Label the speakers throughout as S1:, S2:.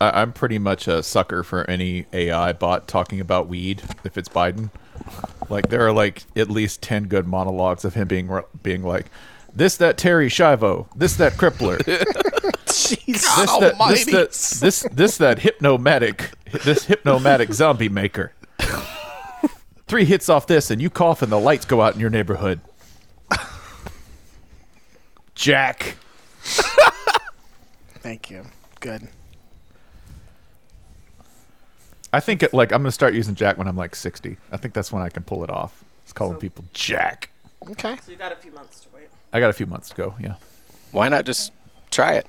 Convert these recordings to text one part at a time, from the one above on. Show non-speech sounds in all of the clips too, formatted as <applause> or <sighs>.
S1: I, I'm pretty much a sucker for any AI bot talking about weed if it's Biden. Like there are like at least ten good monologues of him being re- being like, this that Terry Shivo, this that Crippler, this
S2: God
S1: that this
S2: almighty.
S1: that this this that hypnomatic, this hypnomatic zombie maker. Three hits off this, and you cough, and the lights go out in your neighborhood. Jack.
S3: Thank you. Good.
S1: I think it, like I'm gonna start using Jack when I'm like 60. I think that's when I can pull it off. It's calling people Jack.
S3: Okay.
S4: So you got a few months to wait.
S1: I got a few months to go. Yeah,
S2: Why not just try it?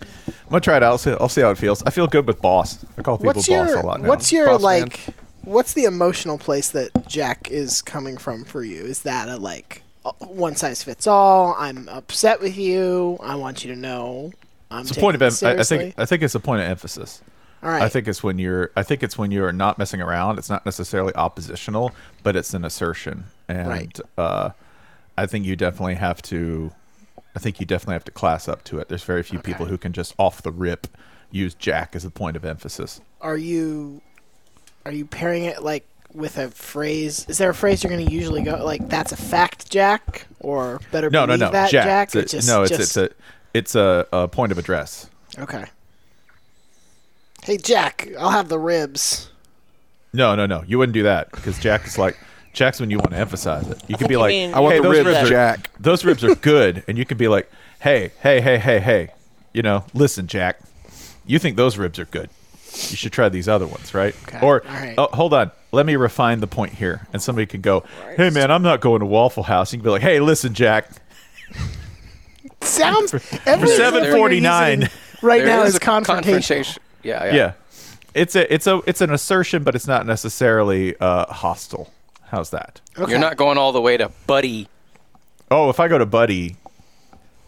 S1: I'm gonna try it out. I'll see, I'll see how it feels. I feel good with boss. I call people boss
S3: What's your
S1: a lot now.
S3: What's your
S2: Boss man.
S3: like? What's the emotional place that Jack is coming from for you? Is that a like uh, one size fits all? I'm upset with you. I want you to know. I'm
S1: it's a
S3: taking
S1: point of
S3: it
S1: em- I, I
S3: seriously."
S1: think I think it's a point of emphasis.
S3: All right.
S1: I think it's when you're I think it's when you're not messing around. It's not necessarily oppositional, but it's an assertion. And
S3: Right.
S1: uh, I think you definitely have to I think you definitely have to class up to it. There's very few people who can just off the rip use Jack as a point of emphasis.
S3: Are you are you pairing it like with a phrase? Is there a phrase you're going to usually go like that's a fact, Jack, or better
S1: no, no,
S3: believe
S1: no,
S3: that,
S1: Jack.
S3: Jack?
S1: It's a- no, it's
S3: just-
S1: it's a it's a, a point of address.
S3: Okay. Hey Jack, I'll have the ribs.
S1: No, no, no. You wouldn't do that because Jack is like Jack's when you want to emphasize it. You could be
S4: you
S1: like,
S4: mean-
S1: "I
S4: I
S1: want
S4: want
S1: hey,
S5: the
S1: those
S5: ribs,
S1: ribs, are,
S5: Jack."
S1: Those ribs are good," and you can be like, "Hey, hey, hey, hey, hey, you know, listen, Jack, you think those ribs are good? You should try these other ones, right?
S3: Okay,
S1: Or
S3: all right.
S1: oh, hold on, let me refine the point here." And somebody could go, "Hey, man, I'm not going to Waffle House." You can be like, "Hey, listen, Jack, <laughs>
S3: Sounds
S1: for
S3: every
S1: seven forty nine,
S3: right
S2: There
S3: now is
S2: a
S3: confrontation.
S2: Yeah, yeah.
S1: yeah." It's a it's a it's an assertion, but it's not necessarily uh, hostile. How's that?
S3: Okay.
S2: You're not going all the way to buddy.
S1: Oh, if I go to Buddy,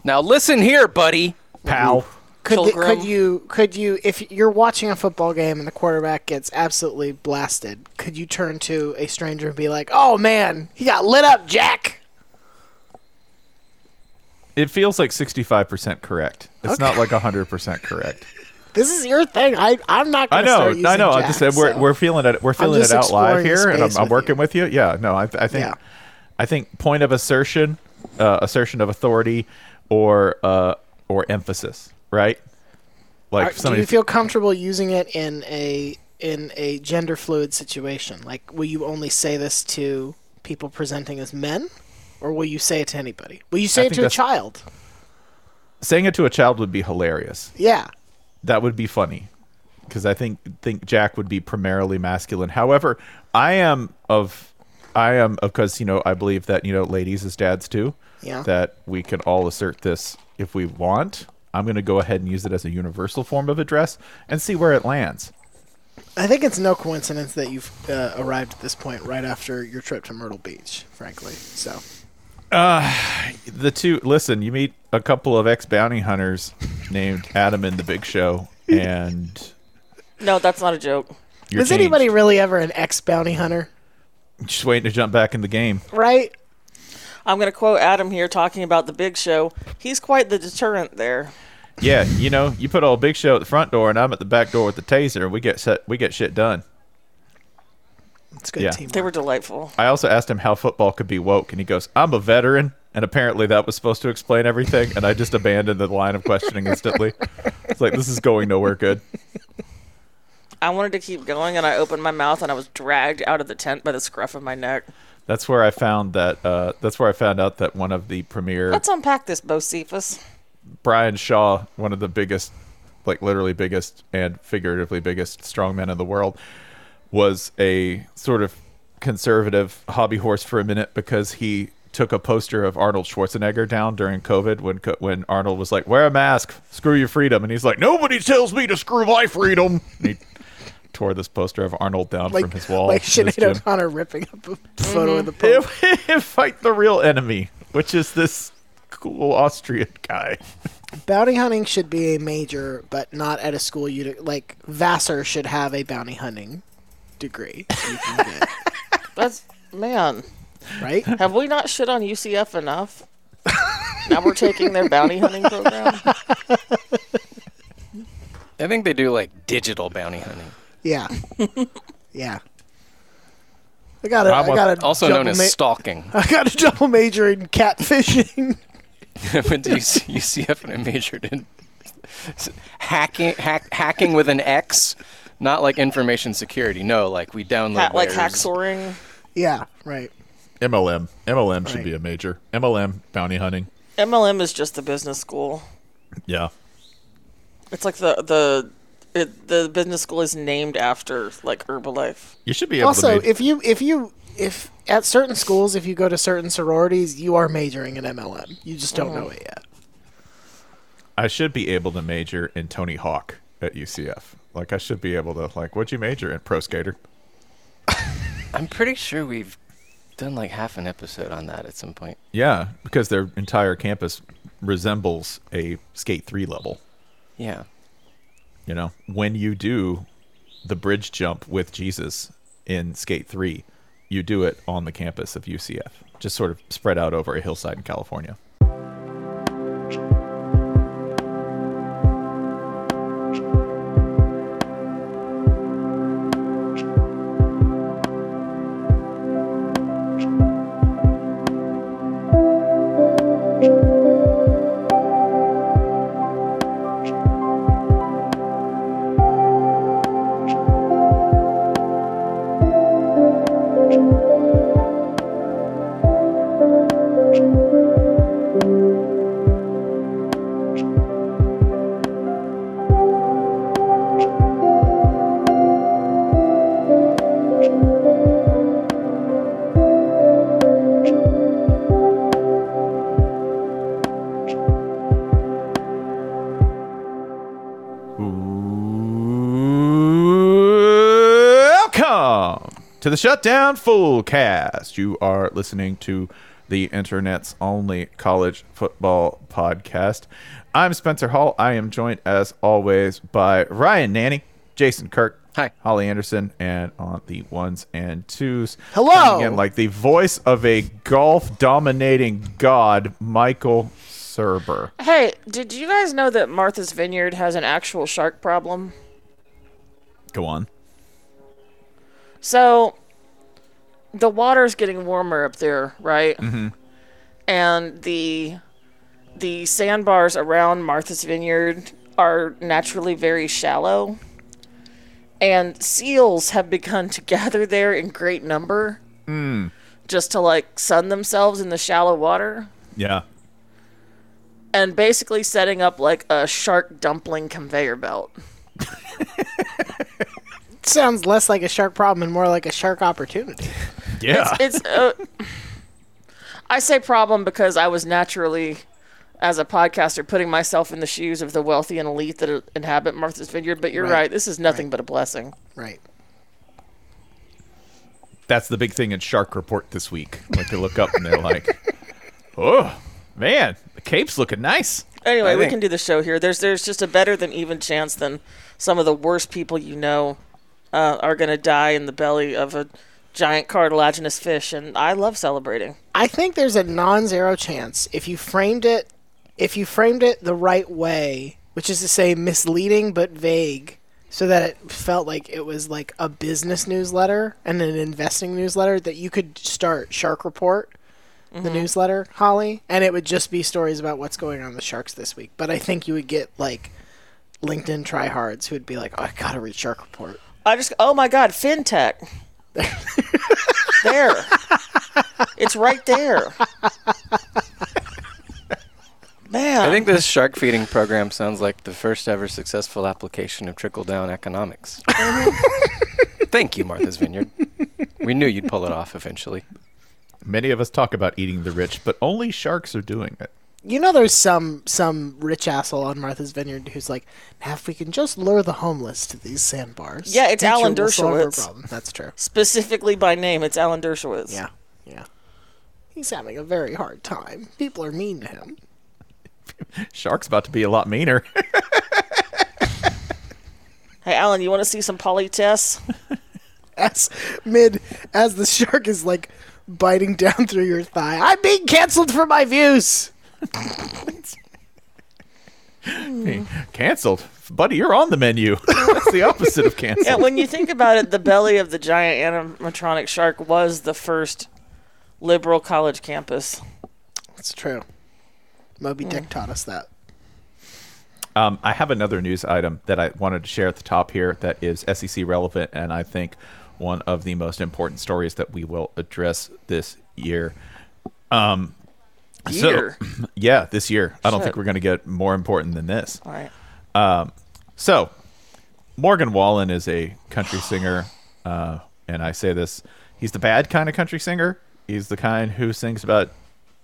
S2: Now listen here, buddy.
S1: pal.
S3: could, th-
S2: Pilgrim.
S3: could you could you if you're watching a football game and the quarterback gets absolutely blasted, could you turn to a stranger and be like, "Oh man, he got lit up, Jack."
S1: It feels like 65% correct. It's not like 100%
S3: <laughs>
S1: correct.
S3: This is your thing. I I'm not.
S1: I
S3: Gonna
S1: know,
S3: Start using
S1: I know.
S3: Jack,
S1: I just said we're,
S3: so-
S1: we're feeling it. We're feeling it
S3: just
S1: out live
S3: exploring the
S1: here, and I'm,
S3: space
S1: I'm
S3: with
S1: working
S3: you.
S1: with you. Yeah, no, I, th- I think,
S3: Yeah.
S1: I think point of assertion, uh, assertion of authority, or uh, or emphasis, right? Like
S3: Are- do
S1: somebody.
S3: you feel comfortable using it in a in a gender fluid situation? Like, will you only say this to people presenting as men, or will you say it to anybody? Will you say it
S1: think
S3: to a
S1: that's-
S3: child?
S1: saying it to a child would be hilarious.
S3: Yeah.
S1: That would be funny because I think think Jack would be primarily masculine. However, I am of I am because you know I believe that you know ladies as dads too.
S3: Yeah.
S1: That we can all assert this if we want. I'm going to go ahead and use it as a universal form of address and see where it lands.
S3: I think it's no coincidence that you've uh, arrived at this point right after your trip to Myrtle Beach, frankly. So,
S1: The two listen. You meet a couple of ex bounty hunters named Adam and the Big Show, and
S4: No, that's not a joke.
S1: you're
S3: was anybody
S1: changed.
S3: really ever an ex bounty hunter?
S1: just waiting to jump back in the game?
S3: Right?
S4: I'm going to quote Adam here talking about the big show. He's quite the deterrent there.
S1: Yeah, you know, you put old Big Show at the front door, and I'm at the back door with the taser, and we get set, we get shit done.
S3: It's good
S1: Yeah.
S3: team.
S4: They were delightful.
S1: I also asked him how football could be woke, and he goes, "I'm a veteran," and apparently that was supposed to explain everything, and I just abandoned the line of questioning instantly. It's like this is going nowhere good.
S4: I wanted to keep going, and I opened my mouth, and I was dragged out of the tent by the scruff of my neck.
S1: That's where I found that. Uh, that's where I found out that one of the premier
S4: Let's unpack this, Bo Cephas.
S1: Brian Shaw, one of the biggest, like literally biggest and figuratively biggest strongmen in the world, was a sort of conservative hobby horse for a minute because he took a poster of Arnold Schwarzenegger down during COVID when co- when Arnold was like, "Wear a mask, screw your freedom," and he's like, "Nobody tells me to screw my freedom." And he tore this poster of Arnold down
S3: Like,
S1: from his wall.
S3: like
S1: in his
S3: Sinead
S1: gym.
S3: O'Connor ripping up a photo of the
S4: Mm-hmm.
S3: Pope.
S1: If- <laughs> fight the real enemy, which is this cool Austrian guy.
S3: Bounty hunting should be a major, but not at a school. You like Vassar should have a bounty hunting degree, you can get,
S4: That's man.
S3: right?
S4: Have we not shit on UCF enough? now we're taking their bounty hunting program.
S2: I think they do like digital bounty hunting.
S3: Yeah. yeah. I got a, I
S1: Rob was
S3: got a
S2: Also
S3: double
S2: known as
S3: ma- <laughs>
S2: stalking. <laughs>
S3: I got a double major in catfishing. <laughs>
S2: went to UC, UCF and I majored in s- hacking, hack, hacking with an X, not like information security. No, like we download
S4: Ha- like
S2: layers.
S4: hacksoring.
S3: yeah, right.
S1: MLM. MLM should
S3: Right.
S1: be a major. MLM bounty hunting.
S4: MLM is just the business school.
S1: Yeah.
S4: It's like the the it, the business school is named after like Herbalife.
S1: You should be able
S3: Also,
S1: to ma-
S3: if you if you if at certain schools if you go to certain sororities, you are majoring in MLM. You just don't know it yet.
S1: I should be able to major in Tony Hawk at UCF. Like I should be able to like what'd you major in? Pro skater.
S2: I'm pretty sure we've done like half an episode on that at some point.
S1: Yeah, because their entire campus resembles a skate three level.
S2: Yeah.
S1: You know? When you do the bridge jump with Jesus in skate three, you do it on the campus of UCF. Just sort of spread out over a hillside in California. Welcome to the Shutdown Full Cast. You are listening to the internet's only college football podcast. I'm Spencer Hall. I am joined, as always, by Ryan Nanny, Jason Kirk,
S2: Hi.
S1: Holly Anderson, and on the ones and twos.
S3: Hello.
S1: Again, like the voice of a golf dominating god, Michael Serber.
S4: Hey, did you guys know that Martha's Vineyard has an actual shark problem?
S1: Go on.
S4: So the water's getting warmer up there, right? Mm-hmm. And the the sandbars around Martha's Vineyard are naturally very shallow. And seals have begun to <laughs> gather there in great number. Just to like sun themselves in the shallow water.
S1: Yeah.
S4: And basically setting up like a shark dumpling conveyor belt.
S3: sounds less like a shark problem and more like a shark opportunity.
S1: Yeah.
S4: it's uh, I say problem because I was naturally as a podcaster putting myself in the shoes of the wealthy and elite that inhabit Martha's Vineyard, but you're
S3: Right.
S4: right. this is nothing but a blessing.
S3: Right.
S1: that's the big thing in Shark Report this week. Like they look up and they're like, "Oh man, the cape's looking nice."
S4: Anyway,
S2: I
S4: we
S2: think-
S4: can do the show here. There's there's just a better than even chance than some of the worst people you know uh, are going to die in the belly of a giant cartilaginous fish, and I love celebrating.
S3: I think there's a non-zero chance if you framed it if you framed it the right way, which is to say misleading but vague, so that it felt like it was like a business newsletter and an investing newsletter that you could start Shark Report the newsletter, Holly, and it would just be stories about what's going on with sharks this week. But I think you would get like LinkedIn tryhards who would be like, "Oh, I got to read Shark Report."
S4: I just oh my god, fintech. there. It's right there. Man.
S2: I think this shark feeding program sounds like the first ever successful application of trickle down economics. Thank you, Martha's Vineyard. We knew you'd pull it off eventually.
S1: Many of us talk about eating the rich, but only sharks are doing it.
S3: You know, there's some some rich asshole on Martha's Vineyard who's like, now if we can just lure the homeless to these sandbars.
S4: Yeah, it's
S3: nature
S4: Alan
S3: will solve our
S4: Dershowitz.
S3: problem." That's true.
S4: specifically by name, it's Alan Dershowitz.
S3: Yeah, yeah. He's having a very hard time. People are mean to him.
S1: Shark's about to be a lot meaner.
S4: Hey Alan, you want to see some polytests?
S3: As mid as the shark is like biting down through your thigh. I'm being canceled for my views.
S1: <laughs> Canceled buddy, you're on the menu. <laughs> That's the opposite of cancer.
S4: Yeah, when you think about it, the belly of the giant animatronic shark was the first liberal college campus.
S3: It's true. Moby
S4: Hmm.
S3: Dick taught us that.
S1: Um, I have another news item that I wanted to share at the top here that is SEC relevant, and I think one of the most important stories that we will address this year. Um, so-
S4: Year?
S1: <clears throat> yeah, this year. I don't think
S4: Shit.
S1: we're going to get more important than this.
S4: All right.
S1: So, Morgan Wallen is a country singer, uh, and I say this: he's the bad kind of country singer. He's the kind who sings about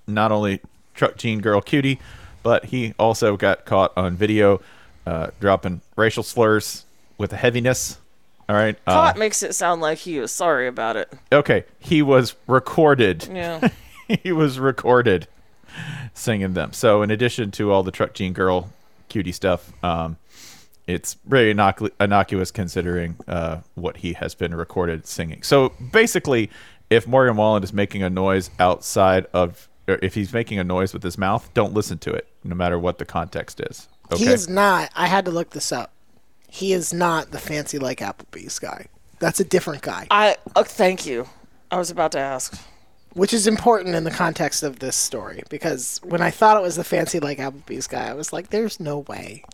S1: not only truck jean girl cutie, but he also got caught on video uh, dropping racial slurs with a heaviness. All right, uh,
S4: Caught makes it sound like he was sorry about it.
S1: okay, he was recorded
S4: Yeah.
S1: <laughs> he was recorded singing them. So in addition to all the truck jean girl cutie stuff, um, it's very innocu- innocuous considering uh, what he has been recorded singing. So basically, if Morgan Wallen is making a noise outside of, or if he's making a noise with his mouth, don't listen to it, no matter what the context is. Okay.
S3: He is not. I had to look this up. He is not the fancy like Applebee's guy. That's a different guy,
S4: I oh, thank you. I was about to ask.
S3: which is important in the context of this story because when I thought it was the fancy like Applebee's guy, I was like, "There's no way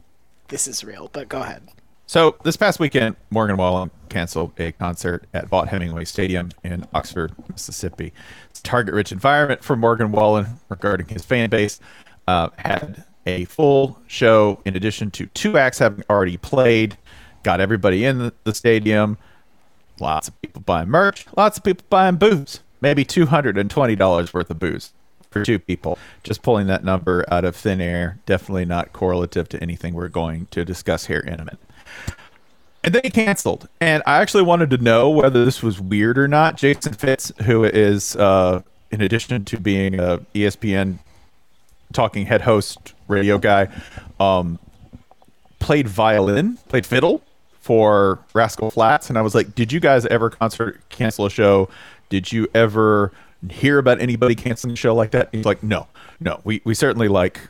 S3: this is real." But go ahead.
S1: So this past weekend, Morgan Wallen canceled a concert at Vaught Hemingway Stadium in Oxford, Mississippi. It's a target-rich environment for Morgan Wallen regarding his fan base. Uh, had a full show in addition to two acts having already played. Got everybody in the- the stadium. Lots of people buying merch. Lots of people buying booze. Maybe two hundred and twenty dollars worth of booze for two people. Just pulling that number out of thin air. Definitely not correlative to anything we're going to discuss here in a minute. And then he canceled. And I actually wanted to know whether this was weird or not. Jason Fitz, who is, uh, in addition to being a E ESPN talking head host radio guy, um, played violin, played fiddle for Rascal Flats. And I was like, did you guys ever concert cancel a show? Did you ever hear about anybody canceling a show like that? He's like, no, no. We, we certainly like,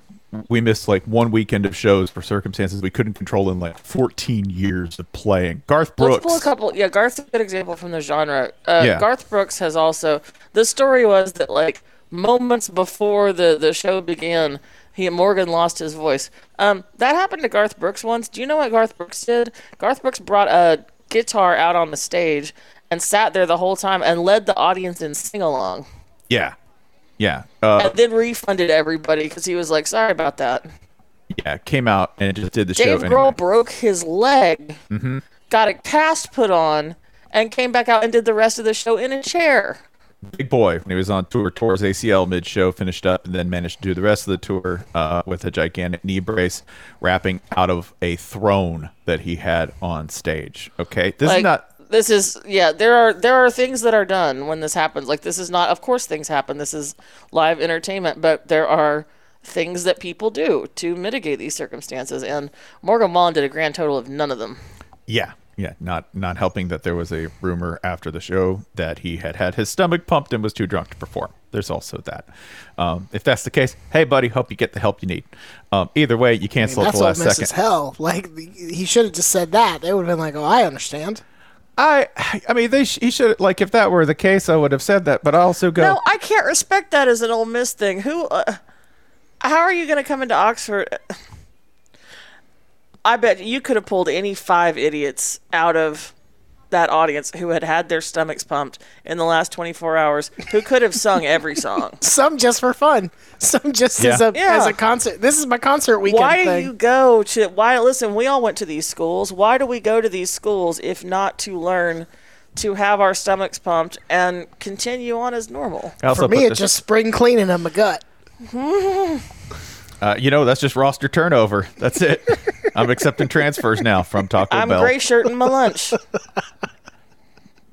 S1: we missed like one weekend of shows for circumstances we couldn't control in like 14 years of playing. Garth Brooks.
S4: Let's pull a couple. Yeah, Garth's a good example from the genre. Uh,
S1: Yeah.
S4: Garth Brooks has also. The story was that like moments before the the show began, he and Morgan lost his voice. Um, that happened to Garth Brooks once. Do you know what Garth Brooks did? Garth Brooks brought a guitar out on the stage and sat there the whole time and led the audience in sing along.
S1: yeah. Yeah. Uh,
S4: And then refunded everybody because he was like, "Sorry about that."
S1: yeah, came out and just did the show.
S4: Dave
S1: anyway. Mm-hmm.
S4: Grohl broke his leg, got a cast put on, and came back out and did the rest of the show in a chair.
S1: Big Boy, when he was on tour, tore his ACL mid show, finished up, and then managed to do the rest of the tour uh, with a gigantic knee brace, rapping out of a throne that he had on stage. Okay. This
S4: Like
S1: is not.
S4: this is yeah. There are there are things that are done when this happens. Like this is not. Of course, things happen. This is live entertainment, but there are things that people do to mitigate these circumstances. And Morgan Wallen did a grand total of none of them.
S1: Yeah. Yeah. Not, not helping that there was a rumor after the show that he had had his stomach pumped and was too drunk to perform. There's also that. Um, if that's the case, hey, buddy, hope you get the help you need. Um, either way, you
S3: I mean,
S1: cancel at
S3: that's
S1: the
S3: old
S1: last
S3: Miss
S1: second.
S3: as hell. <laughs> Like the- he should have just said that. They would have been like, "Oh, I understand."
S1: I, I mean, they sh- he should like if that were the case, I would have said that. But I also go.
S4: No, I can't respect that as an old Miss thing. Who? Uh, how are you going to come into Oxford? I bet you could have pulled any five idiots out of that audience who had had their stomachs pumped in the last 24 hours who could have sung every song.
S3: Some just for fun. <laughs> Some just as
S1: Yeah.
S3: a as
S4: Yeah.
S3: a concert. This is my concert weekend
S4: Why do
S3: thing.
S4: you go to why listen, we all went to these schools. Why do we go to these schools if not to learn to have our stomachs pumped and continue on as normal?
S1: I also
S3: for me,
S1: put
S3: it's
S1: this-
S3: just spring cleaning in my gut.
S1: Uh, you know, that's just roster turnover. That's it. I'm accepting transfers now from Taco
S4: I'm
S1: Bell.
S4: gray shirting my lunch.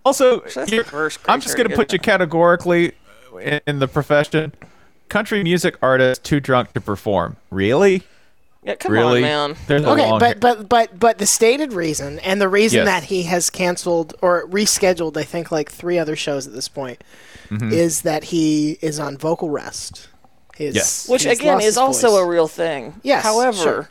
S1: Also,
S4: That's
S1: you're-
S4: the first
S1: I'm just
S4: creature
S1: going
S4: to
S1: to put
S4: get
S1: you categorically in, in the profession. Country music artist too drunk to perform. Really?
S4: Yeah, come
S1: Really?
S4: on, man.
S1: There's a
S3: Okay,
S1: long
S3: but but but but the stated reason and the reason
S1: Yes.
S3: that he has canceled or rescheduled, I think, like three other shows at this point,
S1: Mm-hmm.
S3: is that he is on vocal rest. He is-
S1: Yes.
S4: Which
S3: he has
S4: again
S3: lost
S4: is
S3: his
S4: also
S3: voice.
S4: a real thing.
S3: Yes,
S4: However,
S3: sure.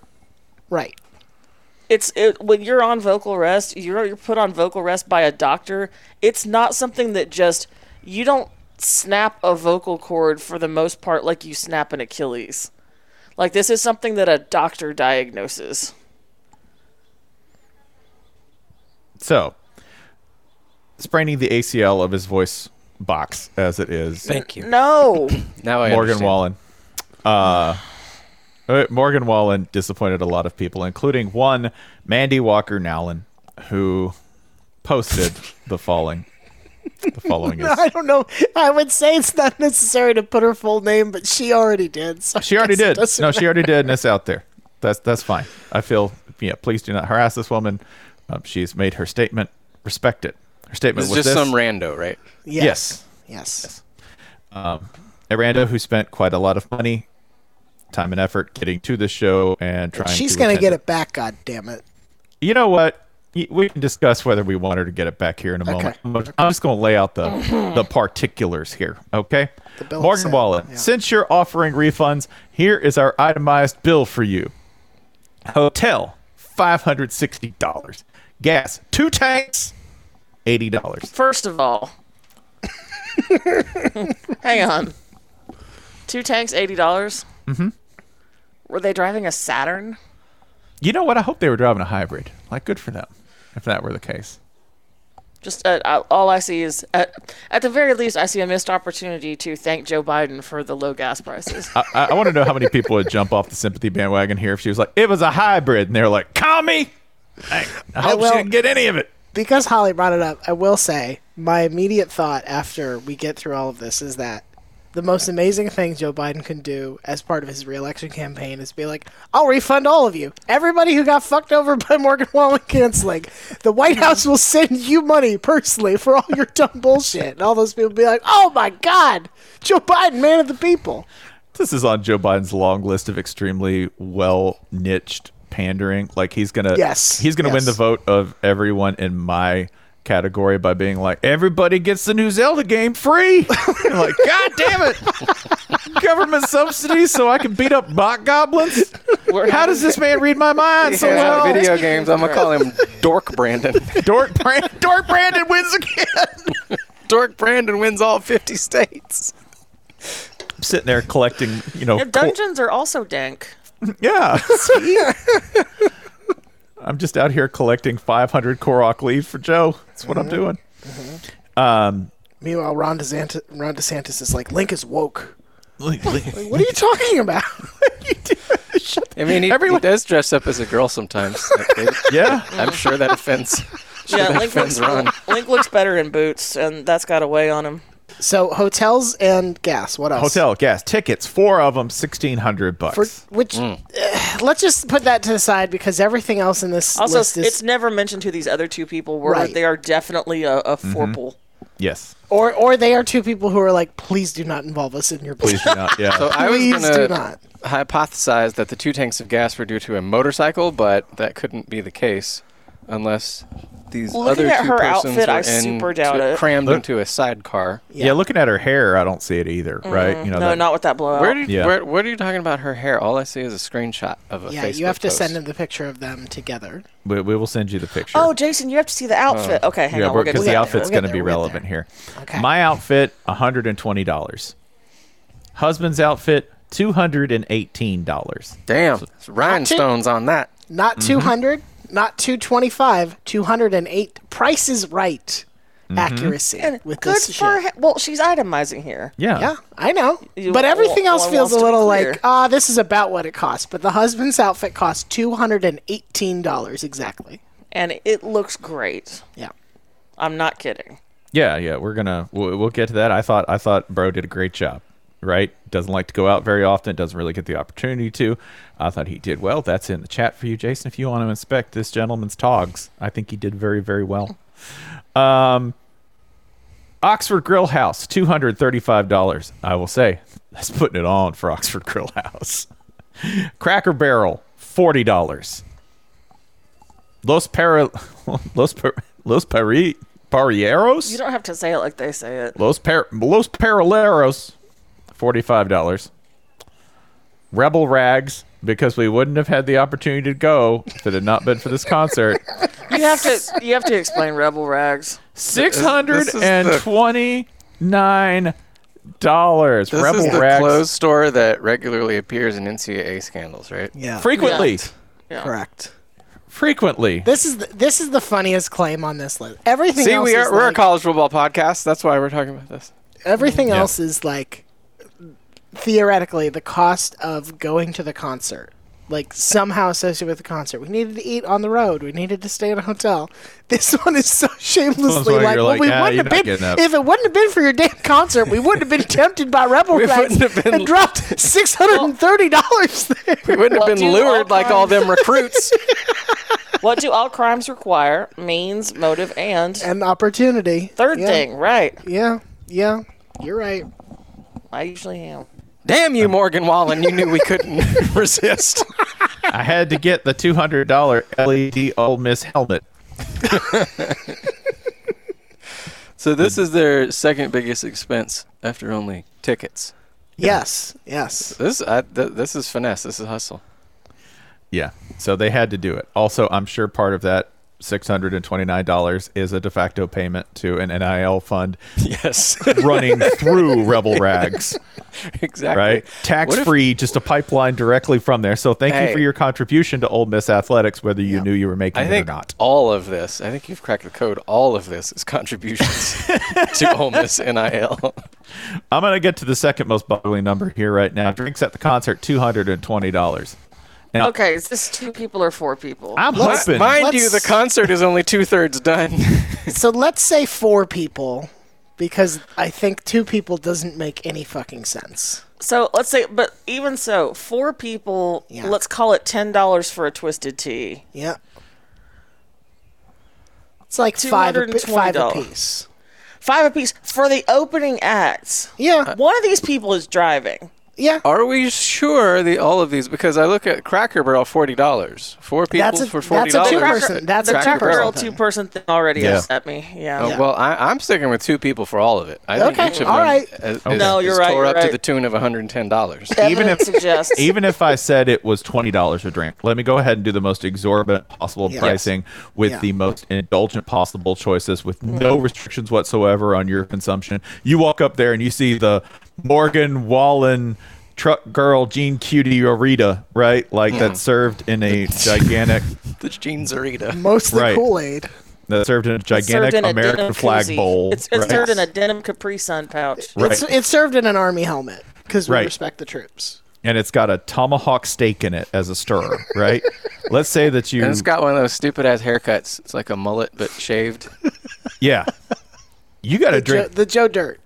S3: right. <laughs>
S4: it's it, when you're on vocal rest, you're you're put on vocal rest by a doctor. It's not something that just you don't snap a vocal cord for the most part like you snap an Achilles. Like this is something that a doctor diagnoses.
S1: So, spraining the ACL of his voice box as it is,
S2: Thank you.
S4: No.
S2: Now I
S1: Morgan
S2: understand.
S1: Wallen. Uh, uh, Morgan Wallen disappointed a lot of people, including one Mandy Walker Nowlin, who posted the following. The following
S3: <laughs>
S1: is
S3: I don't know. I would say it's not necessary to put her full name, but she already did. So <laughs> I
S1: She already
S3: guess it
S1: did. No,
S3: doesn't
S1: she already did, and it's out there. That's that's fine. I feel yeah. Please do not harass this woman. Um, she's made her statement. Respect it. Her statement
S2: It's
S1: was this.
S2: just some rando,
S3: matter.
S2: right?
S1: yes.
S3: Yes.
S1: A rando who spent quite a lot of money, time and effort getting to the show and trying.
S3: She's
S1: to
S3: going to
S1: attend
S3: get it back, God damn it.
S1: You know what? Y- We can discuss whether we want her to get it back here in a moment. I'm just- I'm just going to lay out the the particulars here, okay?
S3: bill
S1: Morgan
S3: itself,
S1: Wallen,
S3: yeah.
S1: since you're offering refunds, here is our itemized bill for you. Hotel, five hundred sixty dollars. Gas, two tanks, eighty dollars.
S4: First of all, <laughs> hang on. Two tanks, eighty dollars. Mm-hmm. Were they driving a Saturn?
S1: You know what? I hope they were driving a hybrid. Like, good for them, if that were the case.
S4: Just uh, I- all I see is, at, at the very least, I see a missed opportunity to thank Joe Biden for the low gas prices.
S1: I, I, want to know how many people would jump off the sympathy bandwagon here if she was like, "It was a hybrid," and they were like, "Commie." Hey, I hope
S3: will-
S1: she didn't get any of it.
S3: Because Holly brought it up, I will say my immediate thought after we get through all of this is that the most amazing thing Joe Biden can do as part of his reelection campaign is be like, I'll refund all of you. Everybody who got fucked over <laughs> by Morgan Wallen canceling. The White House will send you money personally for all your dumb bullshit. And all those people be like, oh my God, Joe Biden, man of the people.
S1: This is on Joe Biden's long list of extremely well niched pandering. Like he's gonna
S3: Yes,
S1: he's gonna win
S3: yes.
S1: the vote of everyone in my category by being like, everybody gets the new Zelda game free. <laughs> You're like, God damn it. Government subsidies so I can beat up bot goblins?
S4: We're
S1: How does this man read my mind so
S2: Turn out
S1: well?
S2: video games. I'm gonna call him Dork Brandon.
S1: Dork, Brand- Dork Brandon wins again.
S2: <laughs> Dork Brandon wins all 50 states.
S1: I'm sitting there collecting, you know,
S4: Yeah,
S1: cor-
S4: dungeons are also dank.
S1: Yeah. I'm just out here collecting 500 Korok leaves for Joe. That's what I'm doing.
S3: Meanwhile, Ron DeSantis, Ron DeSantis is like, Link is woke.
S1: Like,
S3: What are you talking about? <laughs>
S2: I mean, he, he
S1: Everyone-
S2: does dress up as a girl <laughs> sometimes. Like, they-
S1: yeah.
S2: I'm sure that offends. Sure
S4: Yeah,
S2: that
S4: Link looks,
S2: offends Ron.
S4: Link looks better in boots, and that's got a weigh on him.
S3: so, hotels and gas. What else?
S1: Hotel, gas, tickets, four of them, 1600 bucks.
S3: For, which
S2: Mm.
S3: eh, <sighs> let's just put that to the side because everything else in this
S4: Also,
S3: list is
S4: it's never mentioned who these other two people were.
S3: Right.
S4: They are definitely a, a 4
S1: yes.
S3: or or they are two people who are like, please do not involve us in your
S1: Please do not. Yeah.
S2: <laughs> So I was
S3: Please do
S2: gonna
S3: not.
S2: hypothesize that the two tanks of gas were due to a motorcycle, but that couldn't be the case unless these
S4: Looking
S2: other
S4: at
S2: two
S4: her
S2: persons
S4: outfit,
S2: were
S4: I
S2: in
S4: super doubt
S2: to-
S4: it.
S2: crammed
S1: Look-
S2: into a sidecar.
S1: yeah. looking at her hair, I don't see it either, right? You know,
S4: Mm-hmm. No,
S1: that-
S4: not with that blowout.
S2: Where, did,
S1: Yeah.
S2: where, where are you talking about her hair? All I see is a screenshot of a
S3: Yeah,
S2: Facebook
S3: you have to
S2: post.
S3: send them the picture of them together.
S1: we, we will send you the picture.
S4: Oh, Jason, you have to see the outfit. okay, hang
S1: yeah,
S4: on. We'll get
S1: because
S4: to
S1: the
S4: that.
S1: outfit's
S3: We'll get
S1: going to
S3: there,
S1: be
S3: we'll get
S1: relevant
S3: there.
S1: here.
S3: Okay.
S1: My outfit, $120. Husband's outfit, $218.
S2: Damn, it's rhinestones on that.
S3: Not
S2: Mm-hmm.
S3: hundred, not two twenty five, two hundred and eight. Price is right.
S2: Mm-hmm.
S3: Accuracy with
S4: Good
S3: this
S4: for
S3: shit.
S4: him. Well, she's itemizing here.
S1: Yeah.
S3: Yeah, I know.
S4: You-
S3: but everything
S4: well,
S3: else
S4: well,
S3: feels a
S4: wants to be
S3: little
S4: clear.
S3: like, ah, this is about what it costs. But the husband's outfit cost two hundred and eighteen dollars exactly.
S4: and it looks great.
S3: Yeah.
S4: I'm not kidding.
S1: Yeah, yeah, we're gonna we'll, we'll get to that. I thought I thought Bro did a great job. Right? Doesn't like to go out very often. Doesn't really get the opportunity to. I thought he did well. That's in the chat for you, Jason. If you want to inspect this gentleman's togs, I think he did very very well. Um, Oxford Grill House, two hundred thirty-five dollars. I will say that's putting it on for Oxford <laughs> Grill House. Cracker Barrel, forty dollars. Los Para, <laughs> Los Par- Los Pari, Parrieros.
S4: You don't have to say it like they say it.
S1: Los Par- Los Paraleros, forty-five dollars. Rebel Rags, because we wouldn't have had the opportunity to go if it had not been for this
S2: <laughs>
S1: concert.
S4: You have to you have to explain Rebel Rags.
S1: Six
S2: is
S1: hundred
S2: the-
S1: and twenty-nine dollars.
S2: This
S1: Rebel
S2: is the
S1: Rags
S2: clothes store that regularly appears in NCAA scandals, right?
S5: Yeah.
S1: frequently,
S5: Correct.
S1: frequently.
S3: This is the, this is the funniest claim on this list. Everything
S2: See,
S3: else
S2: we
S3: is
S2: are, we're a
S3: like,
S2: college football podcast. That's why we're talking about this.
S3: everything else is like theoretically the cost of going to the concert. Like somehow associated with the concert. We needed to eat on the road. We needed to stay in a hotel. <laughs> This one is so shamelessly
S1: where
S3: like,
S1: you're
S3: well,
S1: like,
S3: we
S1: "Ah,
S3: wouldn't
S1: you're
S3: have
S1: not
S3: been
S1: getting up."
S3: if it wouldn't have been for your damn concert, we wouldn't
S1: <laughs>
S3: have been tempted by Rebel Rags
S2: wouldn't have been-
S3: and dropped six hundred and thirty dollars there.
S2: We wouldn't
S4: Well,
S2: have
S4: do
S2: been
S4: all
S2: lured like all them
S4: <laughs>
S2: recruits.
S4: What do all crimes require? Means, motive, and
S3: An opportunity.
S4: third
S3: Yeah.
S4: thing, right?
S3: Yeah, yeah. You're right.
S4: I usually am.
S2: Damn you, Morgan Wallen. You knew we couldn't <laughs> resist.
S1: I had to get the two hundred dollar LED Ole Miss helmet.
S2: So this is their second biggest expense after only tickets.
S3: Yes, yes.
S2: This I, th- this is finesse. This is hustle.
S1: Yeah, so they had to do it. Also, I'm sure part of that six hundred and twenty-nine dollars is a de facto payment to an NIL fund
S2: <laughs> Yes,
S1: running through Rebel Rags,
S2: exactly.
S1: right? Tax-free, just a pipeline directly from there. So thank you
S2: Hey.
S1: for your contribution to Ole Miss athletics, whether you knew you were making
S2: I
S1: it
S2: think
S1: or not.
S2: all of this. I think you've cracked the code. All of this is
S1: <laughs>
S2: contributions to Ole Miss NIL.
S1: I'm gonna get to the second most boggling number here right now. Drinks at the concert, two hundred and twenty dollars. Now,
S4: Okay, is this two people or four people?
S1: I'm
S3: Let's-
S1: hoping.
S2: Mind
S3: Let's-
S2: you, the concert is only two thirds done.
S3: So let's say four people, because I think two people doesn't make any fucking sense.
S4: So let's say, but even so, four people.
S3: Yeah.
S4: Let's call it ten dollars for a twisted tea.
S3: Yeah. It's like five a, five a
S4: $220.
S3: piece.
S4: Five apiece for the opening acts.
S3: Yeah,
S4: One of these people is driving.
S3: yeah.
S2: Are we sure the all of these? Because I look at Cracker Barrel, forty dollars. Four people
S3: That's a-
S2: for
S3: that's a
S2: forty
S3: two
S2: dollars.
S3: person. That's
S4: the
S3: a
S4: Cracker
S3: two
S4: Barrel
S3: person
S4: two
S3: thing.
S4: person thing already
S1: Yeah.
S4: upset me. Yeah.
S2: Oh, Well, I, I'm sticking with two people for all of it. I think
S3: Okay,
S2: each of
S3: all
S2: them
S3: right.
S2: is,
S4: No,
S2: is
S4: you're right,
S2: tore
S4: you're
S2: up to
S4: right.
S2: the tune of
S4: <laughs>
S2: 110 dollars.
S1: Even
S4: Evidence
S1: <laughs>
S4: suggests
S1: even if I said it was twenty dollars a drink, let me go ahead and do the most exorbitant possible
S3: Yeah.
S1: pricing with
S3: Yeah.
S1: the most indulgent possible choices, with no restrictions whatsoever on your consumption. You walk up there and you see the Morgan Wallen truck girl Jean Cutie Arita, right? Like that's served in a gigantic
S2: the Gene Zarita.
S3: Mostly
S1: Right.
S3: Kool Aid.
S1: that's served in a
S4: it's served
S1: gigantic
S4: in a
S1: American
S4: denim
S1: flag
S4: koozie.
S1: bowl.
S4: It's, it's
S1: right?
S4: served in a denim Capri Sun pouch.
S1: Right.
S3: It's, it's served in an army helmet because we
S1: Right.
S3: respect the troops.
S1: and it's got a tomahawk steak in it as a stirrer, right? Let's say that you
S2: <laughs> And it's got one of those stupid ass haircuts. It's like a mullet but
S4: <laughs>
S2: shaved. <laughs>
S1: Yeah. You got to
S3: Jo-
S1: drink
S3: the Joe Dirt.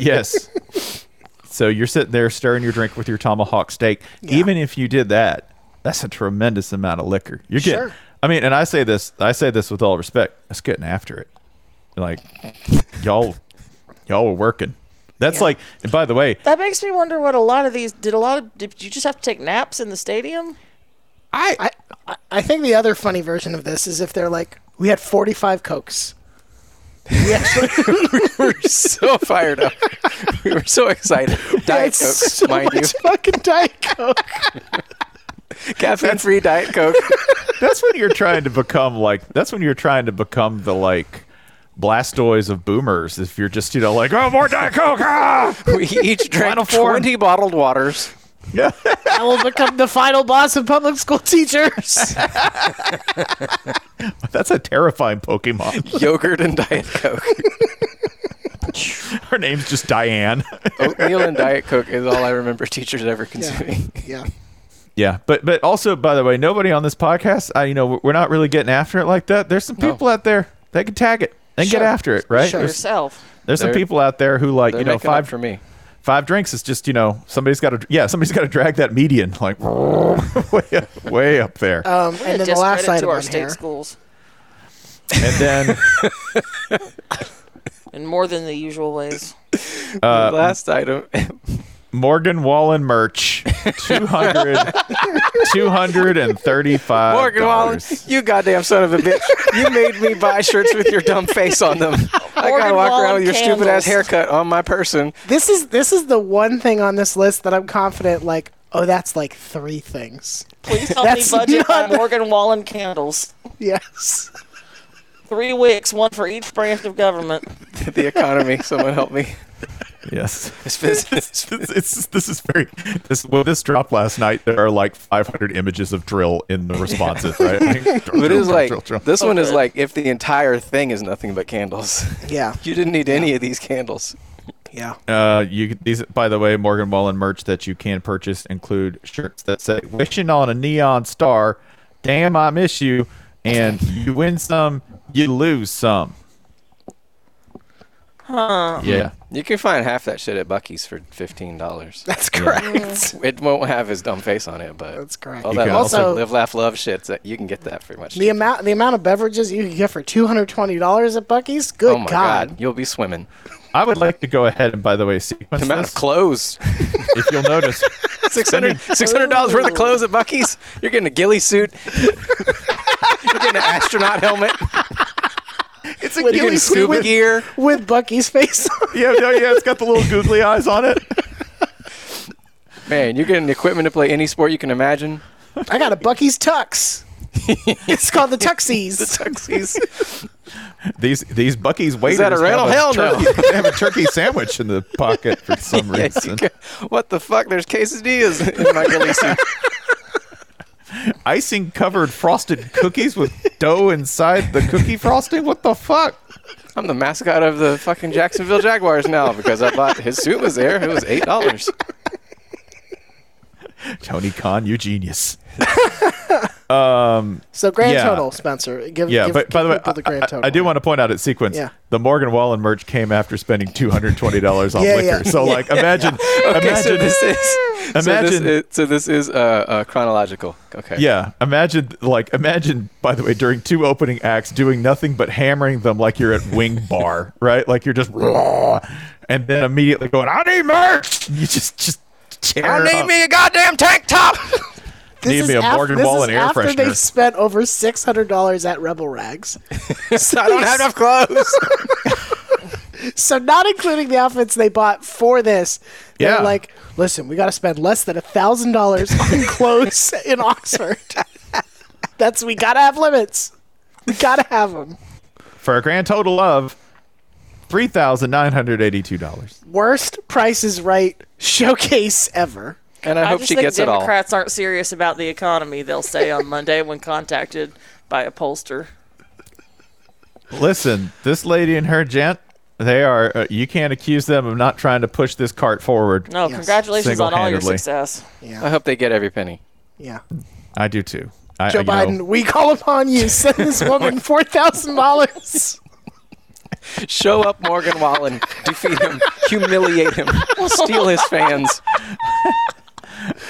S1: yes. So you're sitting there stirring your drink with your tomahawk steak. Even if you did that, that's a tremendous amount of liquor. You're getting.
S3: Sure.
S1: I mean, and I say this, I say this with all respect. That's getting after it. Like, y'all, y'all were working. That's like, and by the way,
S4: That makes me wonder what a lot of these did. A lot of did you just have to take naps in the stadium?
S3: I, I I think the other funny version of this is if they're like, we had forty five cokes. We actually
S2: We're so fired up. <laughs> we were so excited.
S4: <laughs>
S3: had
S2: Diet Coke,
S3: so
S2: mind
S3: much
S2: <laughs>
S3: fucking Diet <laughs> Coke.
S2: you.
S4: <laughs>
S2: Caffeine free Diet Coke.
S1: that's when you're trying to become like that's when you're trying to become the like blastoise of boomers if you're just you know like oh more diet coke ah! <laughs>
S2: we each
S1: Final
S2: drank
S1: form.
S2: 20 bottled waters.
S1: yeah
S3: I will become the final boss of public school teachers.
S1: that's a terrifying pokemon
S2: Yogurt and Diet Coke.
S1: her name's just diane
S2: Oatmeal and Diet Coke is all I remember teachers ever consuming.
S3: <laughs> yeah.
S1: Yeah, but but also by the way, nobody on this podcast, I, you know, we're not really getting after it like that. There's some people out there that can tag it and get
S3: Sure.
S1: after it, right?
S3: Sure.
S1: There's,
S4: Yourself.
S1: there's some
S2: They're-
S1: people out there who like
S2: They're
S1: you know
S2: making up
S1: five
S2: for me.
S1: five drinks is just you know somebody's got to yeah somebody's got to drag that median like <laughs> way up, way up there,
S3: Um, and then the last
S4: Discredit
S3: item
S4: to our
S3: on
S4: state
S3: here.
S4: schools
S1: and then
S4: in more than the usual ways.
S1: Uh,
S2: the last item.
S1: Morgan Wallen merch 200 $235.
S2: <laughs> Morgan Wallen, you goddamn son of a bitch. You made me buy shirts with your dumb face on them. I gotta
S4: Morgan
S2: walk
S4: Wallen
S2: around with your stupid ass
S4: candles.
S2: haircut on my person.
S3: This is this is the one thing on this list that I'm confident. Like oh, that's like three things.
S4: <laughs> Please help me
S3: That's
S4: budget my
S3: not the-
S4: Morgan Wallen candles.
S3: Yes.
S4: Three wicks, one for each branch of government.
S2: the economy. Someone help me.
S1: Yes.
S2: This business. <laughs>
S1: It's, it's- this is very this when this dropped last night there are like 500 images of drill in the responses
S2: <laughs>
S1: right Like, drill,
S2: But it
S1: drill,
S2: is
S1: drill,
S2: like
S1: drill, drill.
S2: this one is
S4: Okay.
S2: like if the entire thing is nothing but candles. <laughs>
S3: Yeah.
S2: You didn't need any of these candles.
S3: Yeah. <laughs>
S1: Uh, you could- these by the way, Morgan Wallen merch that you can purchase include shirts that say "Wishing on a Neon Star," "Damn I Miss You," and "You Win Some, You Lose Some."
S4: Huh.
S1: Yeah,
S2: You can find half that shit at Bucky's for fifteen dollars.
S3: That's correct.
S1: Mm.
S2: <laughs> It won't have his dumb face on it, but
S3: That's correct.
S2: all
S1: You
S2: that
S1: can
S2: also,
S3: also-
S2: live, laugh, love shit. That you can get that for much.
S3: The amount the amount of beverages you can get for two hundred twenty dollars at Bucky's, good
S2: oh my
S3: God.
S2: god. you'll be swimming.
S1: I would like to go ahead and by the way sequence
S2: The amount
S1: this.
S2: of clothes.
S1: if you'll
S2: <laughs>
S1: notice,
S2: 600 dollars worth of clothes at Bucky's. You're getting a ghillie suit. <laughs> You're getting an astronaut helmet.
S1: it's a ghillie
S3: With-
S2: You're getting
S3: Ghillie
S1: suit.
S3: suit.
S2: scuba
S3: with-
S2: gear.
S3: With Bucky's face on.
S1: Yeah, yeah, yeah. It's got the little googly eyes on
S2: <laughs>
S1: it.
S2: Man, you're getting equipment to play any sport you can imagine.
S3: I got a
S1: <laughs>
S3: Bucky's tux. it's called the Tuxies.
S2: The tuxes.
S1: These these Bucky's waiters
S2: that a rental?
S1: Have a
S2: Hell no.
S1: turkey, They have a turkey sandwich in the pocket
S3: <laughs>
S1: for some
S2: Yeah, you
S1: reason.
S2: ca- what the fuck? There's quesadillas in my ghillie suit.
S1: Icing covered frosted cookies with dough inside the cookie frosting. What the fuck?
S2: I'm the mascot of the fucking Jacksonville Jaguars now because I bought his suit was there. It was eight dollars.
S1: Tony Khan, you genius.
S3: So grand
S1: Yeah.
S3: total, Spencer. Give,
S1: Yeah,
S3: give,
S1: but by the
S3: give
S1: way,
S3: people
S1: I,
S3: the grand
S1: I-
S3: total.
S1: I do want to point out at sequence
S3: Yeah.
S1: the Morgan Wallen merch came after spending two hundred twenty dollars on
S3: Yeah,
S1: liquor.
S3: yeah.
S1: So like,
S3: <laughs>
S1: imagine,
S2: Okay,
S1: imagine
S2: so this <laughs> is So
S1: Imagine-
S2: this is, so this is uh, uh, chronological. Okay.
S1: Yeah, imagine like imagine. By the way, during two opening acts, doing nothing but hammering them like you're at Wing Bar, right? Like you're just, "Raw," and then immediately going, "I need merch." You just just tear
S2: I
S1: it
S2: need
S1: up.
S2: me a goddamn tank <laughs> top.
S3: this
S1: Need
S3: is
S1: me a
S3: af-
S1: Morgan
S3: this
S1: Wallen
S3: is
S1: air
S3: after
S1: freshener.
S3: they spent over six hundred dollars at Rebel Rags.
S2: so I don't have enough clothes.
S3: So not including the outfits they bought for this, they're
S1: Yeah.
S3: like, listen, we got to spend less than a thousand dollars
S2: <laughs>
S3: on clothes in Oxford. <laughs> That's we gotta have limits. We gotta have them.
S1: for a grand total of three thousand nine hundred eighty-two dollars.
S3: Worst Price is Right showcase ever.
S2: <laughs> And I,
S4: I
S2: hope
S4: just
S2: she
S4: think
S2: gets it all.
S4: Democrats aren't serious about the economy. They'll say on Monday when contacted by a pollster.
S1: Listen, this lady and her gent, they are. Uh, you can't accuse them of not trying to push this cart forward.
S4: No,
S3: Yes.
S4: congratulations on all your
S1: Single-handedly.
S4: success.
S2: I
S3: Yeah,
S2: hope they get every penny.
S3: yeah.
S1: I do too. I,
S3: Joe
S1: you know,
S3: Biden, we call upon you. Send
S2: <laughs>
S3: this woman four thousand dollars.
S2: Show up, Morgan Wallen. defeat <laughs> him. Humiliate <laughs> him. Steal his <laughs> fans.